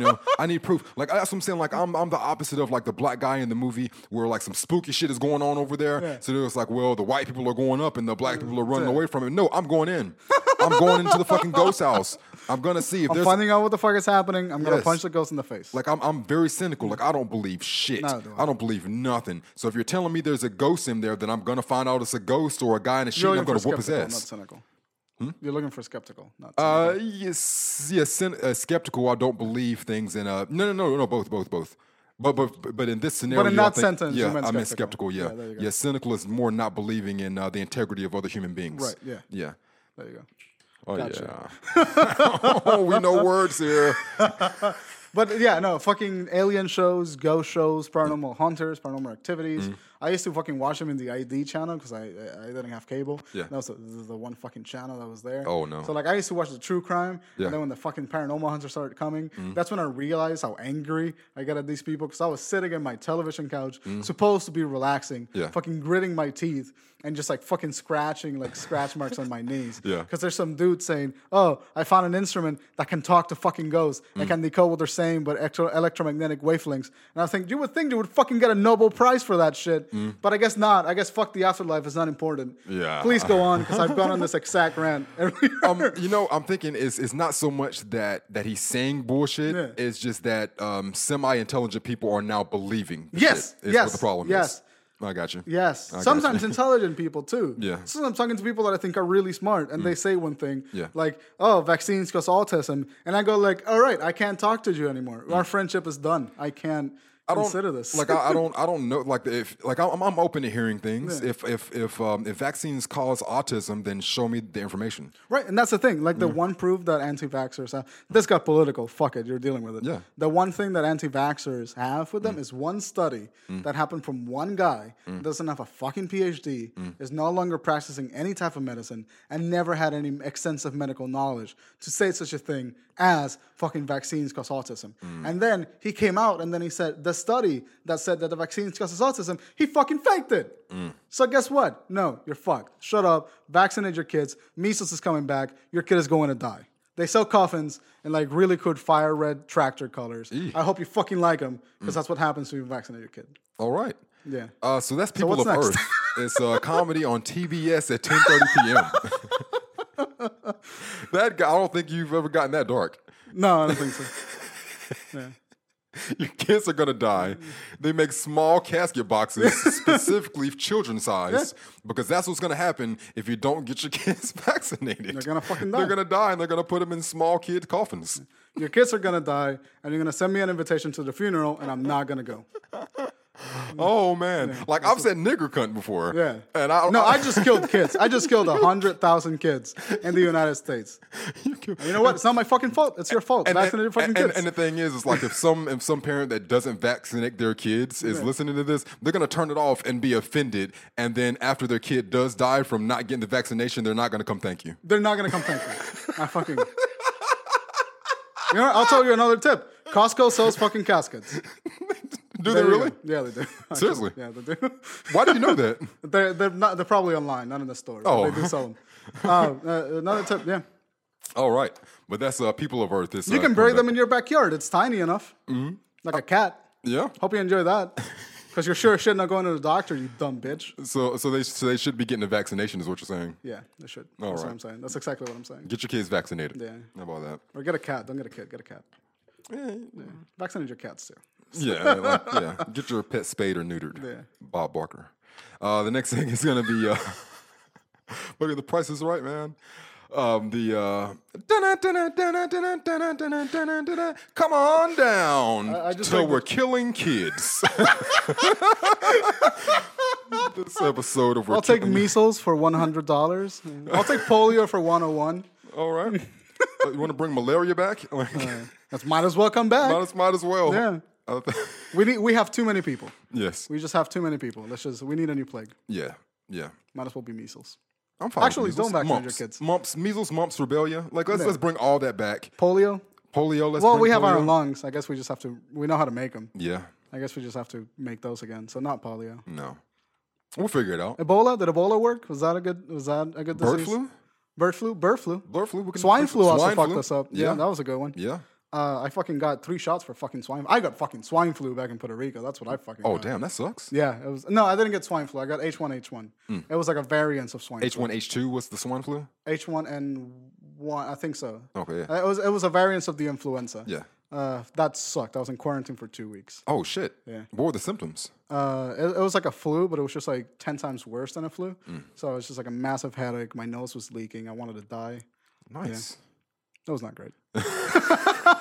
Speaker 1: [laughs]
Speaker 2: know, I need proof. Like that's what I'm saying. Like I'm, I'm the opposite of like the black guy in the movie where like some spooky shit is going on over there. So they're just like, well, the white people are going up and the black people are running away from it. No, I'm
Speaker 1: [laughs]
Speaker 2: going in. I'm going into the fucking ghost house. I'm gonna see if
Speaker 1: I'm
Speaker 2: there's
Speaker 1: finding out what the fuck is happening. I'm gonna
Speaker 2: Yes.
Speaker 1: punch the ghost in the face.
Speaker 2: like I'm, I'm very cynical. Like I don't believe shit.
Speaker 1: Neither do I.
Speaker 2: I don't believe nothing. So if you're telling me there's a ghost in there, then I'm gonna find out it's a ghost or a guy in a sheet
Speaker 1: You're
Speaker 2: and I'm
Speaker 1: looking
Speaker 2: gonna
Speaker 1: for
Speaker 2: whoop his
Speaker 1: skeptical,
Speaker 2: ass. Hmm?
Speaker 1: not cynical. You're looking for skeptical, not
Speaker 2: Uh, yes, yes, sen- uh, skeptical. I don't believe things in uh no, no, no, no, both, both, both. But but but in this scenario,
Speaker 1: in
Speaker 2: I
Speaker 1: that
Speaker 2: think-
Speaker 1: sentence, you
Speaker 2: yeah,
Speaker 1: meant
Speaker 2: I meant
Speaker 1: skeptical.
Speaker 2: skeptical.
Speaker 1: Yeah,
Speaker 2: Yeah,
Speaker 1: there you
Speaker 2: yeah,
Speaker 1: go.
Speaker 2: cynical is more not believing in uh, the integrity of other human beings.
Speaker 1: Right, yeah.
Speaker 2: Yeah.
Speaker 1: there you go.
Speaker 2: Oh yeah. [laughs] oh, we
Speaker 1: [laughs]
Speaker 2: know words here.
Speaker 1: But yeah, no, fucking alien shows, ghost shows, paranormal hunters, paranormal activities.
Speaker 2: Mm-hmm.
Speaker 1: I used to fucking watch them in the ID channel because I, I I didn't have cable.
Speaker 2: Yeah.
Speaker 1: That was the, the one fucking channel that was there.
Speaker 2: Oh, no.
Speaker 1: So like I used to watch the true crime.
Speaker 2: Yeah. Mm-hmm.
Speaker 1: And then when the fucking paranormal hunters started coming, that's when I realized how angry I got at these people because I was sitting in my television couch, supposed to be relaxing,
Speaker 2: Mm-hmm. Yeah.
Speaker 1: fucking gritting my teeth and just like fucking scratching like scratch marks on my knees.
Speaker 2: [laughs] Yeah.
Speaker 1: Because there's some dude saying, "Oh, I found an instrument that can talk to fucking ghosts
Speaker 2: Mm.
Speaker 1: and can decode what they're saying, but electro- electromagnetic wavelengths." And I think you would think you would fucking get a Nobel Prize for that shit, but I guess not. I guess fuck the afterlife is not important.
Speaker 2: Mm. Yeah.
Speaker 1: Please go on because I've
Speaker 2: [laughs]
Speaker 1: gone on this exact rant. Every [laughs]
Speaker 2: um, you know, I'm thinking it's it's not so much that that he's saying bullshit.
Speaker 1: Yeah.
Speaker 2: It's just that um, semi-intelligent people are now believing. the
Speaker 1: Yes,
Speaker 2: shit is
Speaker 1: yes,
Speaker 2: what the problem
Speaker 1: yes.
Speaker 2: is. I got you.
Speaker 1: Yes.
Speaker 2: I got
Speaker 1: Sometimes
Speaker 2: you.
Speaker 1: intelligent people too.
Speaker 2: [laughs] Yeah. Mm.
Speaker 1: Sometimes I'm talking to people that I think are really smart and they say one thing.
Speaker 2: Yeah.
Speaker 1: Like, oh, vaccines cause autism. And I go like, all right, I can't talk to you anymore. Our friendship is done. I can't
Speaker 2: Mm. I don't
Speaker 1: consider this.
Speaker 2: Like I, I don't, I don't know. Like if, like I'm, I'm open to hearing things. If, if, if, um, if vaccines cause autism, then show me the information.
Speaker 1: Right, and that's the thing. Like the one proof that anti-vaxxers have, this got political. Fuck it, you're dealing with it.
Speaker 2: Yeah.
Speaker 1: The one thing that anti-vaxxers have with them is one study that happened from one guy that doesn't have a fucking PhD, is no longer practicing any type of medicine, and never had any extensive medical knowledge to say such a thing as fucking vaccines cause autism. And then he came out and then he said the study that said that the vaccines causes autism, he fucking faked it. So guess what? No, you're fucked. Shut up. Vaccinate your kids. Measles is coming back. Your kid is going to die. They sell coffins in like really cool fire red tractor colors. I hope you fucking like them because that's what happens when you vaccinate your kid.
Speaker 2: All right.
Speaker 1: Yeah.
Speaker 2: Uh, so that's people
Speaker 1: what's
Speaker 2: of
Speaker 1: next?
Speaker 2: Earth. It's a comedy on TBS at 10:30 p.m. [laughs] that guy, I don't think you've ever gotten that dark.
Speaker 1: No, I don't think so.
Speaker 2: Your kids are gonna die. They make small
Speaker 1: [laughs]
Speaker 2: casket boxes, specifically children size, because that's what's gonna happen if you don't get your [laughs] kids vaccinated.
Speaker 1: They're gonna fucking
Speaker 2: They're
Speaker 1: die.
Speaker 2: gonna die, and they're gonna put them in small kid coffins.
Speaker 1: Your kids are gonna die, and you're gonna send me an invitation to the funeral, and I'm not gonna go.
Speaker 2: Oh man, like I've said nigger cunt before.
Speaker 1: Mm. Yeah.
Speaker 2: and I
Speaker 1: No, I
Speaker 2: [laughs]
Speaker 1: just killed kids. I just killed a hundred thousand kids in the United States. You know what? It's not my fucking fault. It's your fault. Vaccinated
Speaker 2: and,
Speaker 1: fucking
Speaker 2: and-
Speaker 1: kids.
Speaker 2: and the thing is, it's like if some if some parent that doesn't vaccinate their kids is listening to this, they're gonna turn it off and be offended, and then after their kid does die from not getting the vaccination, they're not gonna come thank you.
Speaker 1: They're not gonna come thank you. I fucking. [laughs] You know, what? I'll tell you another tip. Costco sells fucking caskets. There
Speaker 2: Do they
Speaker 1: you
Speaker 2: really?
Speaker 1: go. Yeah, they do. [laughs] Actually,
Speaker 2: Seriously?
Speaker 1: Yeah, they do.
Speaker 2: Why do you know that?
Speaker 1: they're they're not. They're probably online, not in the store. but
Speaker 2: Oh.
Speaker 1: they do sell them. Uh, uh, another tip. Yeah,
Speaker 2: [laughs] All right, but that's uh, people of Earth. This
Speaker 1: you can bury them in your backyard. It's tiny enough, mm-hmm. like a cat.
Speaker 2: Yeah.
Speaker 1: Hope you enjoy
Speaker 2: [laughs]
Speaker 1: that, because you're sure shit not going to the doctor. You dumb bitch.
Speaker 2: So so they so they should be getting a vaccination, is what you're saying.
Speaker 1: Yeah, they should.
Speaker 2: All
Speaker 1: That's
Speaker 2: right.
Speaker 1: what I'm saying. That's exactly what I'm saying.
Speaker 2: Get your kids vaccinated.
Speaker 1: Yeah.
Speaker 2: How
Speaker 1: [laughs]
Speaker 2: about that?
Speaker 1: Or get a cat. Don't get a kid. Get a cat.
Speaker 2: Eh,
Speaker 1: Yeah. Vaccinate your cats too.
Speaker 2: Yeah, I mean, like, yeah. Get your pet spayed or neutered.
Speaker 1: Yeah.
Speaker 2: Bob Barker. Uh, the next [laughs] thing is gonna be uh, look at the Price is Right, man. Um, the uh, [laughs] dunna, dunna, dunna, dunna, dunna, dunna, dunna, dunna, come on down
Speaker 1: I just
Speaker 2: till
Speaker 1: like
Speaker 2: we're
Speaker 1: [laughs]
Speaker 2: killing kids. [laughs] this episode of we're
Speaker 1: I'll
Speaker 2: [laughs]
Speaker 1: take
Speaker 2: Killing-
Speaker 1: measles for one hundred dollars. I'll take polio for one hundred one.
Speaker 2: All right. Uh, you want to bring malaria back? [laughs] Like,
Speaker 1: That's might as well come back.
Speaker 2: might, as, might as well.
Speaker 1: Yeah.
Speaker 2: I th- [laughs]
Speaker 1: We need. We have too many people.
Speaker 2: yes.
Speaker 1: We just have too many people. Let's just. We need a new plague.
Speaker 2: Yeah. Yeah.
Speaker 1: Might as well be measles.
Speaker 2: I'm fine. with
Speaker 1: Actually,
Speaker 2: measles.
Speaker 1: don't vaccinate your
Speaker 2: mumps.
Speaker 1: kids.
Speaker 2: Mumps, measles, mumps, rebellion. Like let's let's bring all that back.
Speaker 1: Polio.
Speaker 2: Polio. Let's
Speaker 1: Well,
Speaker 2: bring
Speaker 1: we have
Speaker 2: polio.
Speaker 1: our lungs. I guess we just have to. We know how to make them.
Speaker 2: Yeah.
Speaker 1: I guess we just have to make those again. So not polio.
Speaker 2: No. We'll figure it out.
Speaker 1: Ebola. Did Ebola work? Was that a good? Was that a good?
Speaker 2: Bird
Speaker 1: disease?
Speaker 2: flu.
Speaker 1: Bird flu. Bird flu.
Speaker 2: Bird flu. we can-
Speaker 1: Swine flu also
Speaker 2: swine
Speaker 1: fucked
Speaker 2: flu?
Speaker 1: us up. Yeah,
Speaker 2: Yeah.
Speaker 1: that was a good one.
Speaker 2: Yeah.
Speaker 1: Uh, I fucking got three shots for fucking swine. I got fucking swine flu back in Puerto Rico. That's what I fucking.
Speaker 2: Oh
Speaker 1: got.
Speaker 2: damn, that sucks.
Speaker 1: Yeah, it was. No, I didn't get swine flu. I got H1H1. It was like a variant of swine.
Speaker 2: Hmm. H one H two was the swine flu.
Speaker 1: H1N1. I think so.
Speaker 2: Okay. Oh, Yeah.
Speaker 1: Uh, It was it was a variant of the influenza.
Speaker 2: Yeah.
Speaker 1: Uh, that sucked. I was in quarantine for two weeks.
Speaker 2: Oh shit. Yeah. What were the symptoms?
Speaker 1: Uh, it, it was like a flu, but it was just like ten times worse than a flu. So it was just like a massive headache. My nose was leaking. I wanted to die.
Speaker 2: Nice.
Speaker 1: That was not great. [laughs]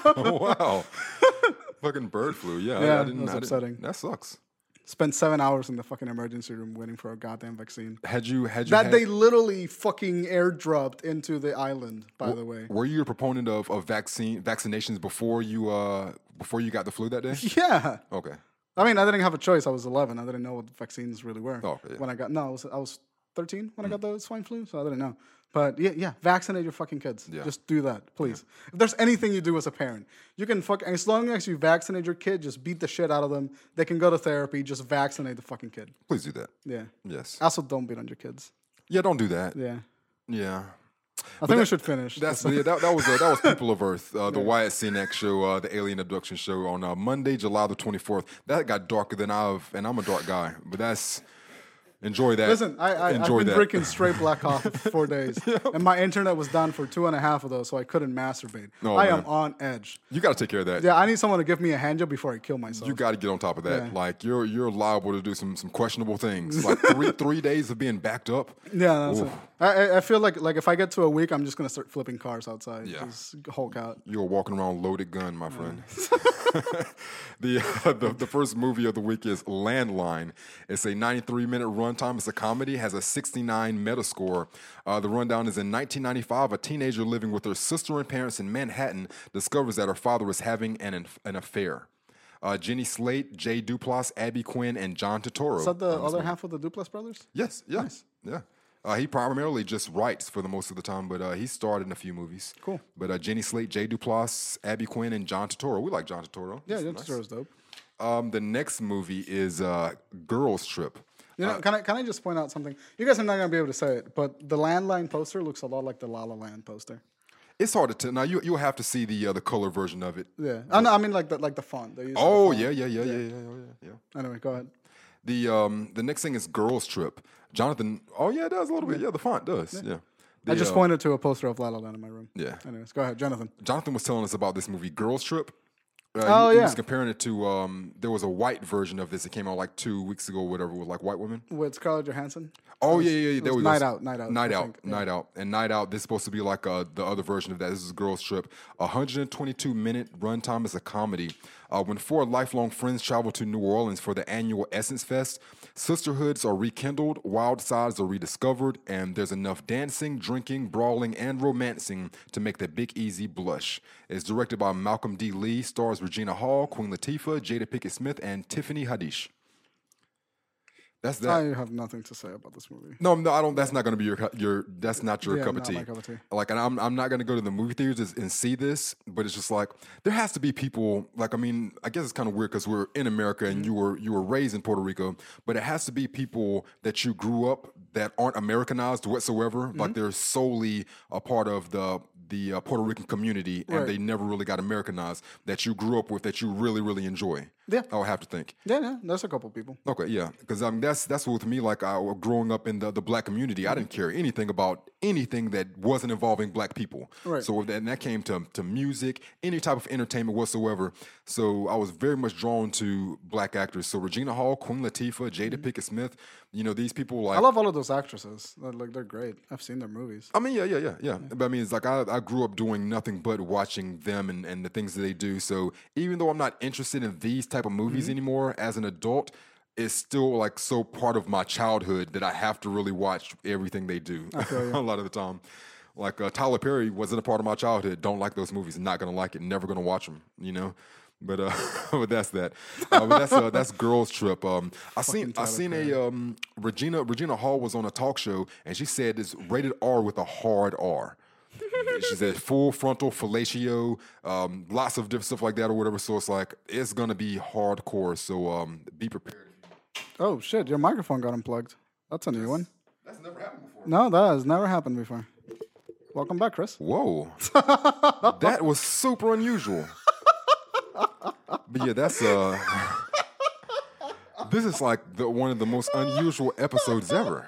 Speaker 2: Oh [laughs] wow. Fucking bird flu. Yeah.
Speaker 1: Yeah,
Speaker 2: I, I
Speaker 1: that
Speaker 2: didn't.
Speaker 1: was
Speaker 2: I didn't-
Speaker 1: upsetting.
Speaker 2: That sucks.
Speaker 1: Spent seven hours in the fucking emergency room waiting for a goddamn vaccine.
Speaker 2: Had you had you
Speaker 1: That
Speaker 2: had,
Speaker 1: they literally fucking airdropped into the island, by the way.
Speaker 2: were you a proponent of, of vaccine vaccinations before you uh before you got the flu that
Speaker 1: [laughs]
Speaker 2: day?
Speaker 1: Yeah.
Speaker 2: Okay.
Speaker 1: I mean, I didn't have a choice. I was 11. I didn't know what vaccines really were.
Speaker 2: Oh, yeah. Mm-hmm.
Speaker 1: When I got, no, I was, I was 13 when I got the swine flu, so I didn't know. But yeah, yeah, vaccinate your fucking kids. Just do that, please. If there's anything you do as a parent, you can fuck, as long as you vaccinate your kid, just beat the shit out of them. They can go to therapy, just vaccinate the fucking kid.
Speaker 2: Please do that.
Speaker 1: Yeah.
Speaker 2: Yes.
Speaker 1: Also, don't beat on your kids.
Speaker 2: Yeah, don't do that. Yeah.
Speaker 1: Uh, Yeah. I think
Speaker 2: that-
Speaker 1: we should finish.
Speaker 2: That's yeah, that, that was uh, that was People of Earth, uh,
Speaker 1: [laughs]
Speaker 2: the Wyatt Cenac show, uh, the Alien Abduction show on uh, Monday, July the twenty fourth. That got darker than I've, and I'm a dark guy, but that's enjoy that.
Speaker 1: Listen, I, I, I've been drinking straight black coffee
Speaker 2: [laughs]
Speaker 1: for four days, and my internet was down for two and a half of those, so I couldn't masturbate.
Speaker 2: Oh,
Speaker 1: I
Speaker 2: man.
Speaker 1: am on edge.
Speaker 2: You got to take care of that.
Speaker 1: Yeah, I need someone to give me a hand job before I kill myself.
Speaker 2: You got to get on top of that. Like you're you're liable to do some some questionable things. Like three three days of being backed up.
Speaker 1: yeah, that's
Speaker 2: Oof.
Speaker 1: it. I, I- I feel like like if I get to a week, I'm just gonna start flipping cars outside.
Speaker 2: Yeah.
Speaker 1: Just Hulk out.
Speaker 2: You're walking around loaded gun, my friend. [laughs] the, uh, the the first movie of the week is Landline. It's a 93 minute runtime. It's a comedy. Has a 69 Metascore. Uh, the rundown is in 1995. A teenager living with her sister and parents in Manhattan discovers that her father is having an inf- an affair. Uh, Jenny Slate, Jay Duplass, Abby Quinn, and John Totoro.
Speaker 1: Is that the other half of the Duplass brothers?
Speaker 2: yes, yes, yeah. Uh, he primarily just writes for the most of the time, but uh, he starred in a few movies.
Speaker 1: Cool.
Speaker 2: But uh, Jenny Slate, Jay Duplass, Abby Quinn, and John Totoro. We like John Totoro.
Speaker 1: Yeah,
Speaker 2: He's
Speaker 1: yeah,
Speaker 2: nice.
Speaker 1: Totoro's dope.
Speaker 2: Um, the next movie is uh, Girls Trip.
Speaker 1: You
Speaker 2: Uh,
Speaker 1: know, can I can I just point out something? You guys are not gonna be able to say it, but the landline poster looks a lot like the La La Land poster.
Speaker 2: It's hard to tell. Now you you'll have to see the uh, the color version of it.
Speaker 1: Yeah, I, know, I mean like the like the font. They use for the
Speaker 2: Oh
Speaker 1: font.
Speaker 2: yeah, yeah, yeah, yeah, yeah, yeah, yeah. yeah.
Speaker 1: Anyway, go ahead.
Speaker 2: The um the next thing is Girls Trip. Jonathan. Oh yeah, it does a little bit. Yeah, the font does. Yeah. The,
Speaker 1: I just
Speaker 2: uh,
Speaker 1: pointed to a poster of La La Land in my room.
Speaker 2: Yeah.
Speaker 1: Anyways, go ahead, Jonathan.
Speaker 2: Jonathan was telling us about this movie Girls Trip. Uh,
Speaker 1: Oh,
Speaker 2: he, he
Speaker 1: yeah.
Speaker 2: was comparing it to um, there was a white version of this that came out like two weeks ago, whatever, with like white women.
Speaker 1: with Scarlett Johansson.
Speaker 2: Oh yeah, yeah, yeah. There
Speaker 1: was
Speaker 2: was,
Speaker 1: Night Out, Night Out,
Speaker 2: night
Speaker 1: I
Speaker 2: out,
Speaker 1: think,
Speaker 2: night out, and night out. This is supposed to be like uh, the other version of that. This is a girls' trip. A 122 minute runtime is a comedy. Uh, when four lifelong friends travel to New Orleans for the annual Essence Fest, sisterhoods are rekindled, wild sides are rediscovered, and there's enough dancing, drinking, brawling, and romancing to make the Big Easy blush. It's directed by Malcolm D. Lee, stars Regina Hall, Queen Latifah, Jada Pinkett Smith, and Tiffany Haddish. That's that.
Speaker 1: I have nothing to say about this movie.
Speaker 2: No, no, I don't. That's not going to be your cu- your. That's not your
Speaker 1: Yeah,
Speaker 2: cup, of
Speaker 1: not
Speaker 2: tea.
Speaker 1: my cup of tea.
Speaker 2: Like, and I'm I'm not going to go to the movie theaters and see this. But it's just like there has to be people. Like, I mean, I guess it's kind of weird because we're in America and you were you were raised in Puerto Rico, but it has to be people that you grew up that aren't Americanized whatsoever.
Speaker 1: Mm-hmm.
Speaker 2: Like they're solely a part of the the uh, Puerto Rican community and
Speaker 1: Right.
Speaker 2: they never really got Americanized. That you grew up with that you really really enjoy.
Speaker 1: Yeah.
Speaker 2: I would have to think.
Speaker 1: Yeah, yeah, there's a couple people.
Speaker 2: Okay, yeah, because I mean that's that's with me. Like I growing up in the, the black community, I didn't care anything about anything that wasn't involving black people.
Speaker 1: Right.
Speaker 2: So if that, and that came to to music, any type of entertainment whatsoever. So I was very much drawn to black actors. So Regina Hall, Queen Latifah, Jada Pinkett Smith. You know these people like
Speaker 1: I love all of those actresses. They're, like they're great. I've seen their movies.
Speaker 2: I mean, yeah, yeah, yeah, yeah. But I mean, it's like I, I grew up doing nothing but watching them and, and the things that they do. So even though I'm not interested in these type of movies anymore as an adult, it's still like so part of my childhood that I have to really watch everything they do [laughs] a lot of the time. Like uh, Tyler Perry wasn't a part of my childhood. Don't like those movies. Not gonna like it. Never gonna watch them. You know. But uh, [laughs] but that's that. Uh, but that's uh, that's girls trip. Um, I seen I seen a um, Regina Regina Hall was on a talk show and she said it's rated R with a hard R. she said full frontal fellatio, um, lots of different stuff like that or whatever. So it's like it's gonna be hardcore. So um, be prepared.
Speaker 1: Oh shit, your microphone got unplugged. That's a new one.
Speaker 2: That's never happened before.
Speaker 1: No, that has never happened before. Welcome back, Chris.
Speaker 2: Whoa, that was super unusual. but yeah, that's uh, this is like the one of the most unusual episodes ever.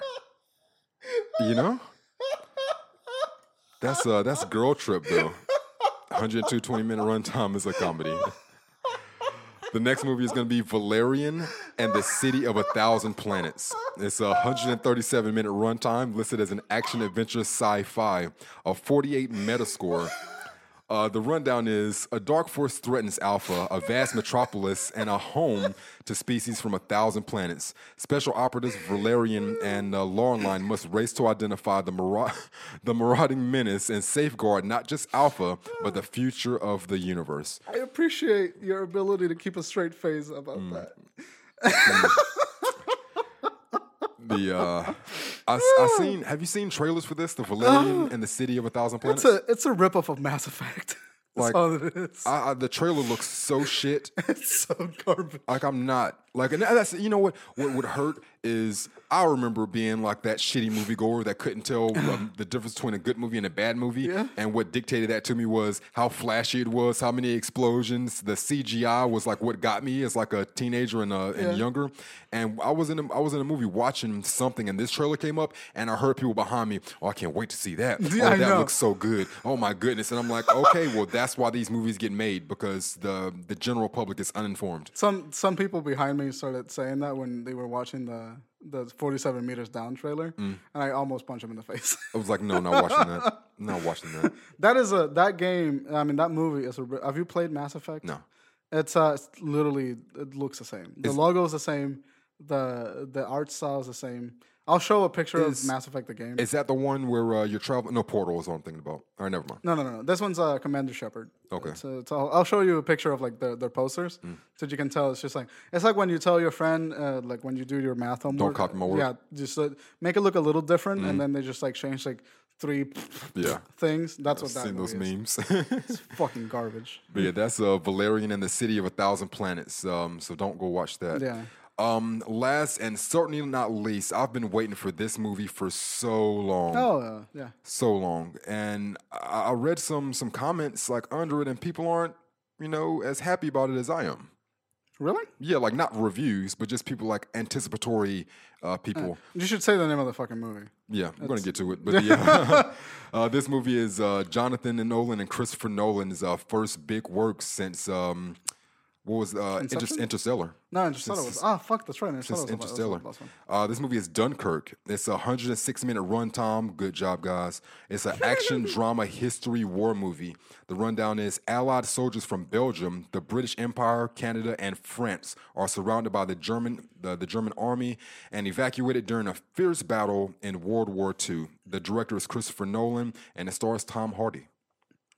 Speaker 2: You know, that's uh, that's girl trip though. 102 20 minute runtime is a comedy. The next movie is going to be Valerian and the City of a Thousand Planets. It's a 137 minute runtime, listed as an action adventure sci fi, a 48 metascore. Uh, the rundown is a dark force threatens Alpha, a vast metropolis, and a home to species from a thousand planets. Special operatives Valerian and uh, Laurenline must race to identify the, mara- [laughs] the marauding menace and safeguard not just Alpha, but the future of the universe.
Speaker 1: I appreciate your ability to keep a straight face about
Speaker 2: Mm.
Speaker 1: that.
Speaker 2: The uh, I, I seen. Have you seen trailers for this? The Valerian and the City of a Thousand Planets.
Speaker 1: It's a it's a ripoff of Mass Effect. [laughs] That's
Speaker 2: Like,
Speaker 1: all it is.
Speaker 2: I, I, the trailer looks so shit.
Speaker 1: [laughs] it's so garbage.
Speaker 2: Like I'm not like, and that's you know what what would hurt is I remember being like that shitty movie goer that couldn't tell
Speaker 1: [laughs]
Speaker 2: um, the difference between a good movie and a bad movie,
Speaker 1: Yeah.
Speaker 2: and what dictated that to me was how flashy it was, how many explosions, the CGI was like what got me as like a teenager and, uh, and younger, and I was in a, I was in a movie watching something, and this trailer came up, and I heard people behind me, oh I can't wait to see
Speaker 1: [laughs]
Speaker 2: that,
Speaker 1: Yeah,
Speaker 2: oh
Speaker 1: I
Speaker 2: that
Speaker 1: know.
Speaker 2: looks so good. Oh my goodness. And I'm like, okay, well, that's why these movies get made because the the general public is uninformed.
Speaker 1: Some some people behind me started saying that when they were watching the the 47 meters down trailer,
Speaker 2: Mm.
Speaker 1: and I almost punched him in the face. [laughs]
Speaker 2: I was like, no, not watching that. Not watching that.
Speaker 1: that is a that game. I mean, that movie is a. ri- Have you played Mass Effect?
Speaker 2: No.
Speaker 1: It's uh, it's literally it looks the same. The logo is the same. The the art style is the same. I'll show a picture of Mass Effect the game.
Speaker 2: Is that the one where uh, you're traveling? No, Portal is what I'm thinking about. All right, never mind.
Speaker 1: No, no, no. no. This one's uh, Commander Shepard.
Speaker 2: Okay. Mm.
Speaker 1: So it's all, I'll show you a picture of like their, their posters, so you can tell it's just like it's like when you tell your friend uh, like when you do your math homework.
Speaker 2: copy my Mm. work.
Speaker 1: Yeah, just uh, make it look a little different, and then they just like change like three [laughs]
Speaker 2: Yeah.
Speaker 1: things. That's what that
Speaker 2: Seen those
Speaker 1: movie is.
Speaker 2: memes. [laughs]
Speaker 1: Fucking garbage.
Speaker 2: but yeah, that's uh, Valerian and the City of a Thousand Planets. Um, so don't go watch that.
Speaker 1: Yeah.
Speaker 2: Um, last and certainly not least, I've been waiting for this movie for so long.
Speaker 1: Oh uh, yeah.
Speaker 2: so long. And I, I read some some comments like under it, and people aren't you know as happy about it as I am.
Speaker 1: Really?
Speaker 2: Yeah, like not reviews, but just people like anticipatory uh, people.
Speaker 1: You should say the name of the fucking movie.
Speaker 2: Yeah, I'm gonna get to it, but yeah, [laughs] uh, this movie is uh, Jonathan and Nolan and Christopher Nolan's uh, first big work since um, What was uh, Inter-
Speaker 1: Inception?
Speaker 2: Interstellar?
Speaker 1: No, Interstellar was. Ah, fuck, that's right. Interstellar was
Speaker 2: It's
Speaker 1: the la- was the
Speaker 2: Interstellar.
Speaker 1: last one.
Speaker 2: Uh, this movie is Dunkirk. It's a 106 minute runtime. Good job, guys. It's an action, drama, history, war movie. The rundown is Allied soldiers from Belgium, the British Empire, Canada, and France are surrounded by the German the, the German army and evacuated during a fierce battle in World War II. The director is Christopher Nolan and it stars Tom Hardy.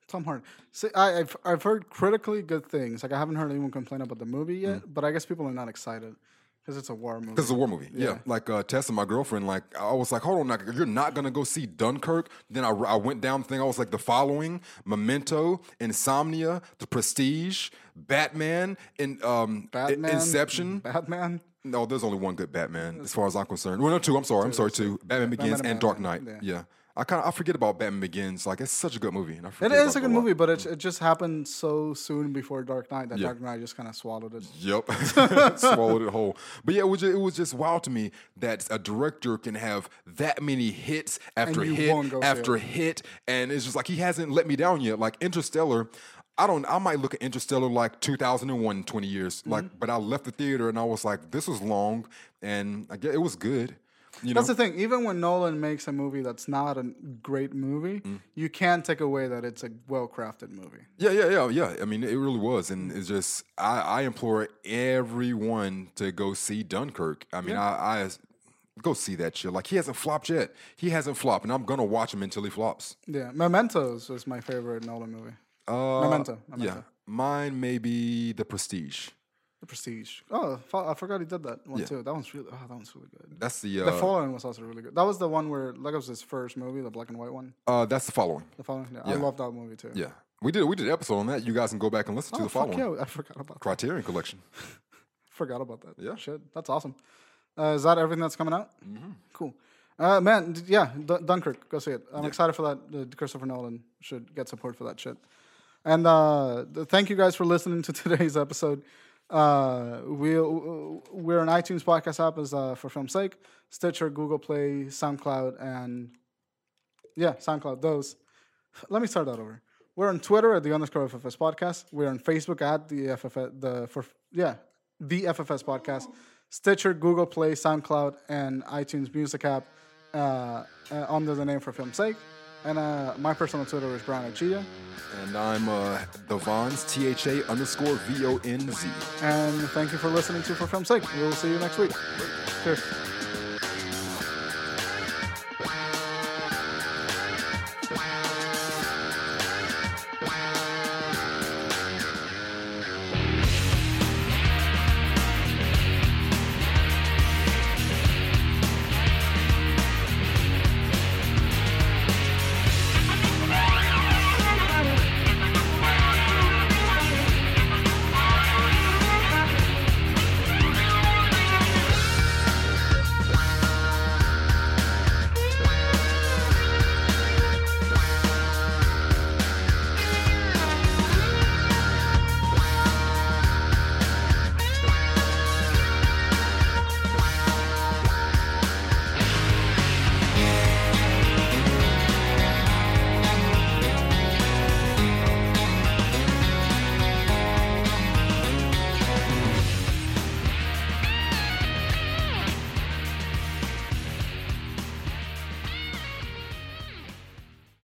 Speaker 1: Tom Hardy. See, I, I've I've heard critically good things. Like I haven't heard anyone complain about the movie yet,
Speaker 2: Mm.
Speaker 1: but I guess people are not excited because it's a war movie.
Speaker 2: Because it's a war movie. Yeah. Like uh, Tessa, my girlfriend, like I was like, hold on, like, you're not gonna go see Dunkirk. Then I, I went down the thing. I was like, the following: Memento, Insomnia, The Prestige, Batman, and um, I-
Speaker 1: Batman,
Speaker 2: Inception.
Speaker 1: Batman.
Speaker 2: No, there's only one good Batman, as far as I'm concerned. Well, no, two. I'm sorry. I'm sorry, two. Batman Begins
Speaker 1: and
Speaker 2: and Dark Knight.
Speaker 1: Batman,
Speaker 2: Yeah. I kind of I forget about Batman Begins. Like it's such a good movie. And I
Speaker 1: It
Speaker 2: forget
Speaker 1: is
Speaker 2: about
Speaker 1: a good
Speaker 2: lot.
Speaker 1: movie, but it, it just happened so soon before Dark Knight that Dark Knight just kind of swallowed it.
Speaker 2: Yep, [laughs] swallowed it whole. But yeah, it was just, it was just wild to me that a director can have that many hits after
Speaker 1: you won't
Speaker 2: hit
Speaker 1: go
Speaker 2: after hit, and it's just like he hasn't let me down yet. Like Interstellar, I don't. I might look at Interstellar like 2001, 20 years.
Speaker 1: Mm-hmm.
Speaker 2: Like, but I left the theater and I was like, this was long, and I guess it was good. You know,
Speaker 1: That's the thing. Even when Nolan makes a movie that's not a great movie,
Speaker 2: Mm.
Speaker 1: you can't take away that it's a well-crafted movie.
Speaker 2: Yeah, yeah, yeah, yeah. I mean, it really was, and it's just I, I implore everyone to go see Dunkirk. I mean, I, I go see that shit. Like he hasn't flopped yet. He hasn't flopped, and I'm gonna watch him until he flops.
Speaker 1: Yeah, Mementos was my favorite Nolan movie.
Speaker 2: Uh,
Speaker 1: Memento, Memento.
Speaker 2: Yeah, mine may be The Prestige.
Speaker 1: The Prestige. Oh, fo- I forgot he did that one too. That one's really, oh, that one's really good.
Speaker 2: That's the uh,
Speaker 1: The Fallen was also really good. That was the one where like it was his first movie, the black and white one.
Speaker 2: uh that's the following.
Speaker 1: The Fallen. Yeah, I love that movie too.
Speaker 2: Yeah, we did we did an episode on that. You guys can go back and listen to
Speaker 1: Oh,
Speaker 2: the
Speaker 1: fuck
Speaker 2: following
Speaker 1: yeah, I forgot about that.
Speaker 2: Criterion Collection.
Speaker 1: Forgot about that.
Speaker 2: Yeah.
Speaker 1: Shit, that's awesome. Uh, is that everything that's coming out? Mm-hmm. Cool. Uh, man, d- yeah, D- Dunkirk. Go see it. I'm excited for that. Uh, Christopher Nolan should get support for that shit. And uh, th- thank you guys for listening to [laughs] today's episode. Uh, we'll, we're an iTunes podcast app is uh, for film's sake, Stitcher, Google Play, SoundCloud, and yeah, SoundCloud, those. Let me start that over. We're on Twitter at the underscore FFS podcast. We're on Facebook at the FFS, the for yeah, the FFS podcast. Stitcher, Google Play, SoundCloud, and iTunes Music app uh, uh, under the name for film's sake. And uh, my personal Twitter is Brian Achilla.
Speaker 2: And I'm uh, the Vons T H A underscore V O N Z.
Speaker 1: And thank you for listening to For Film's Sake. We'll see you next week. Cheers.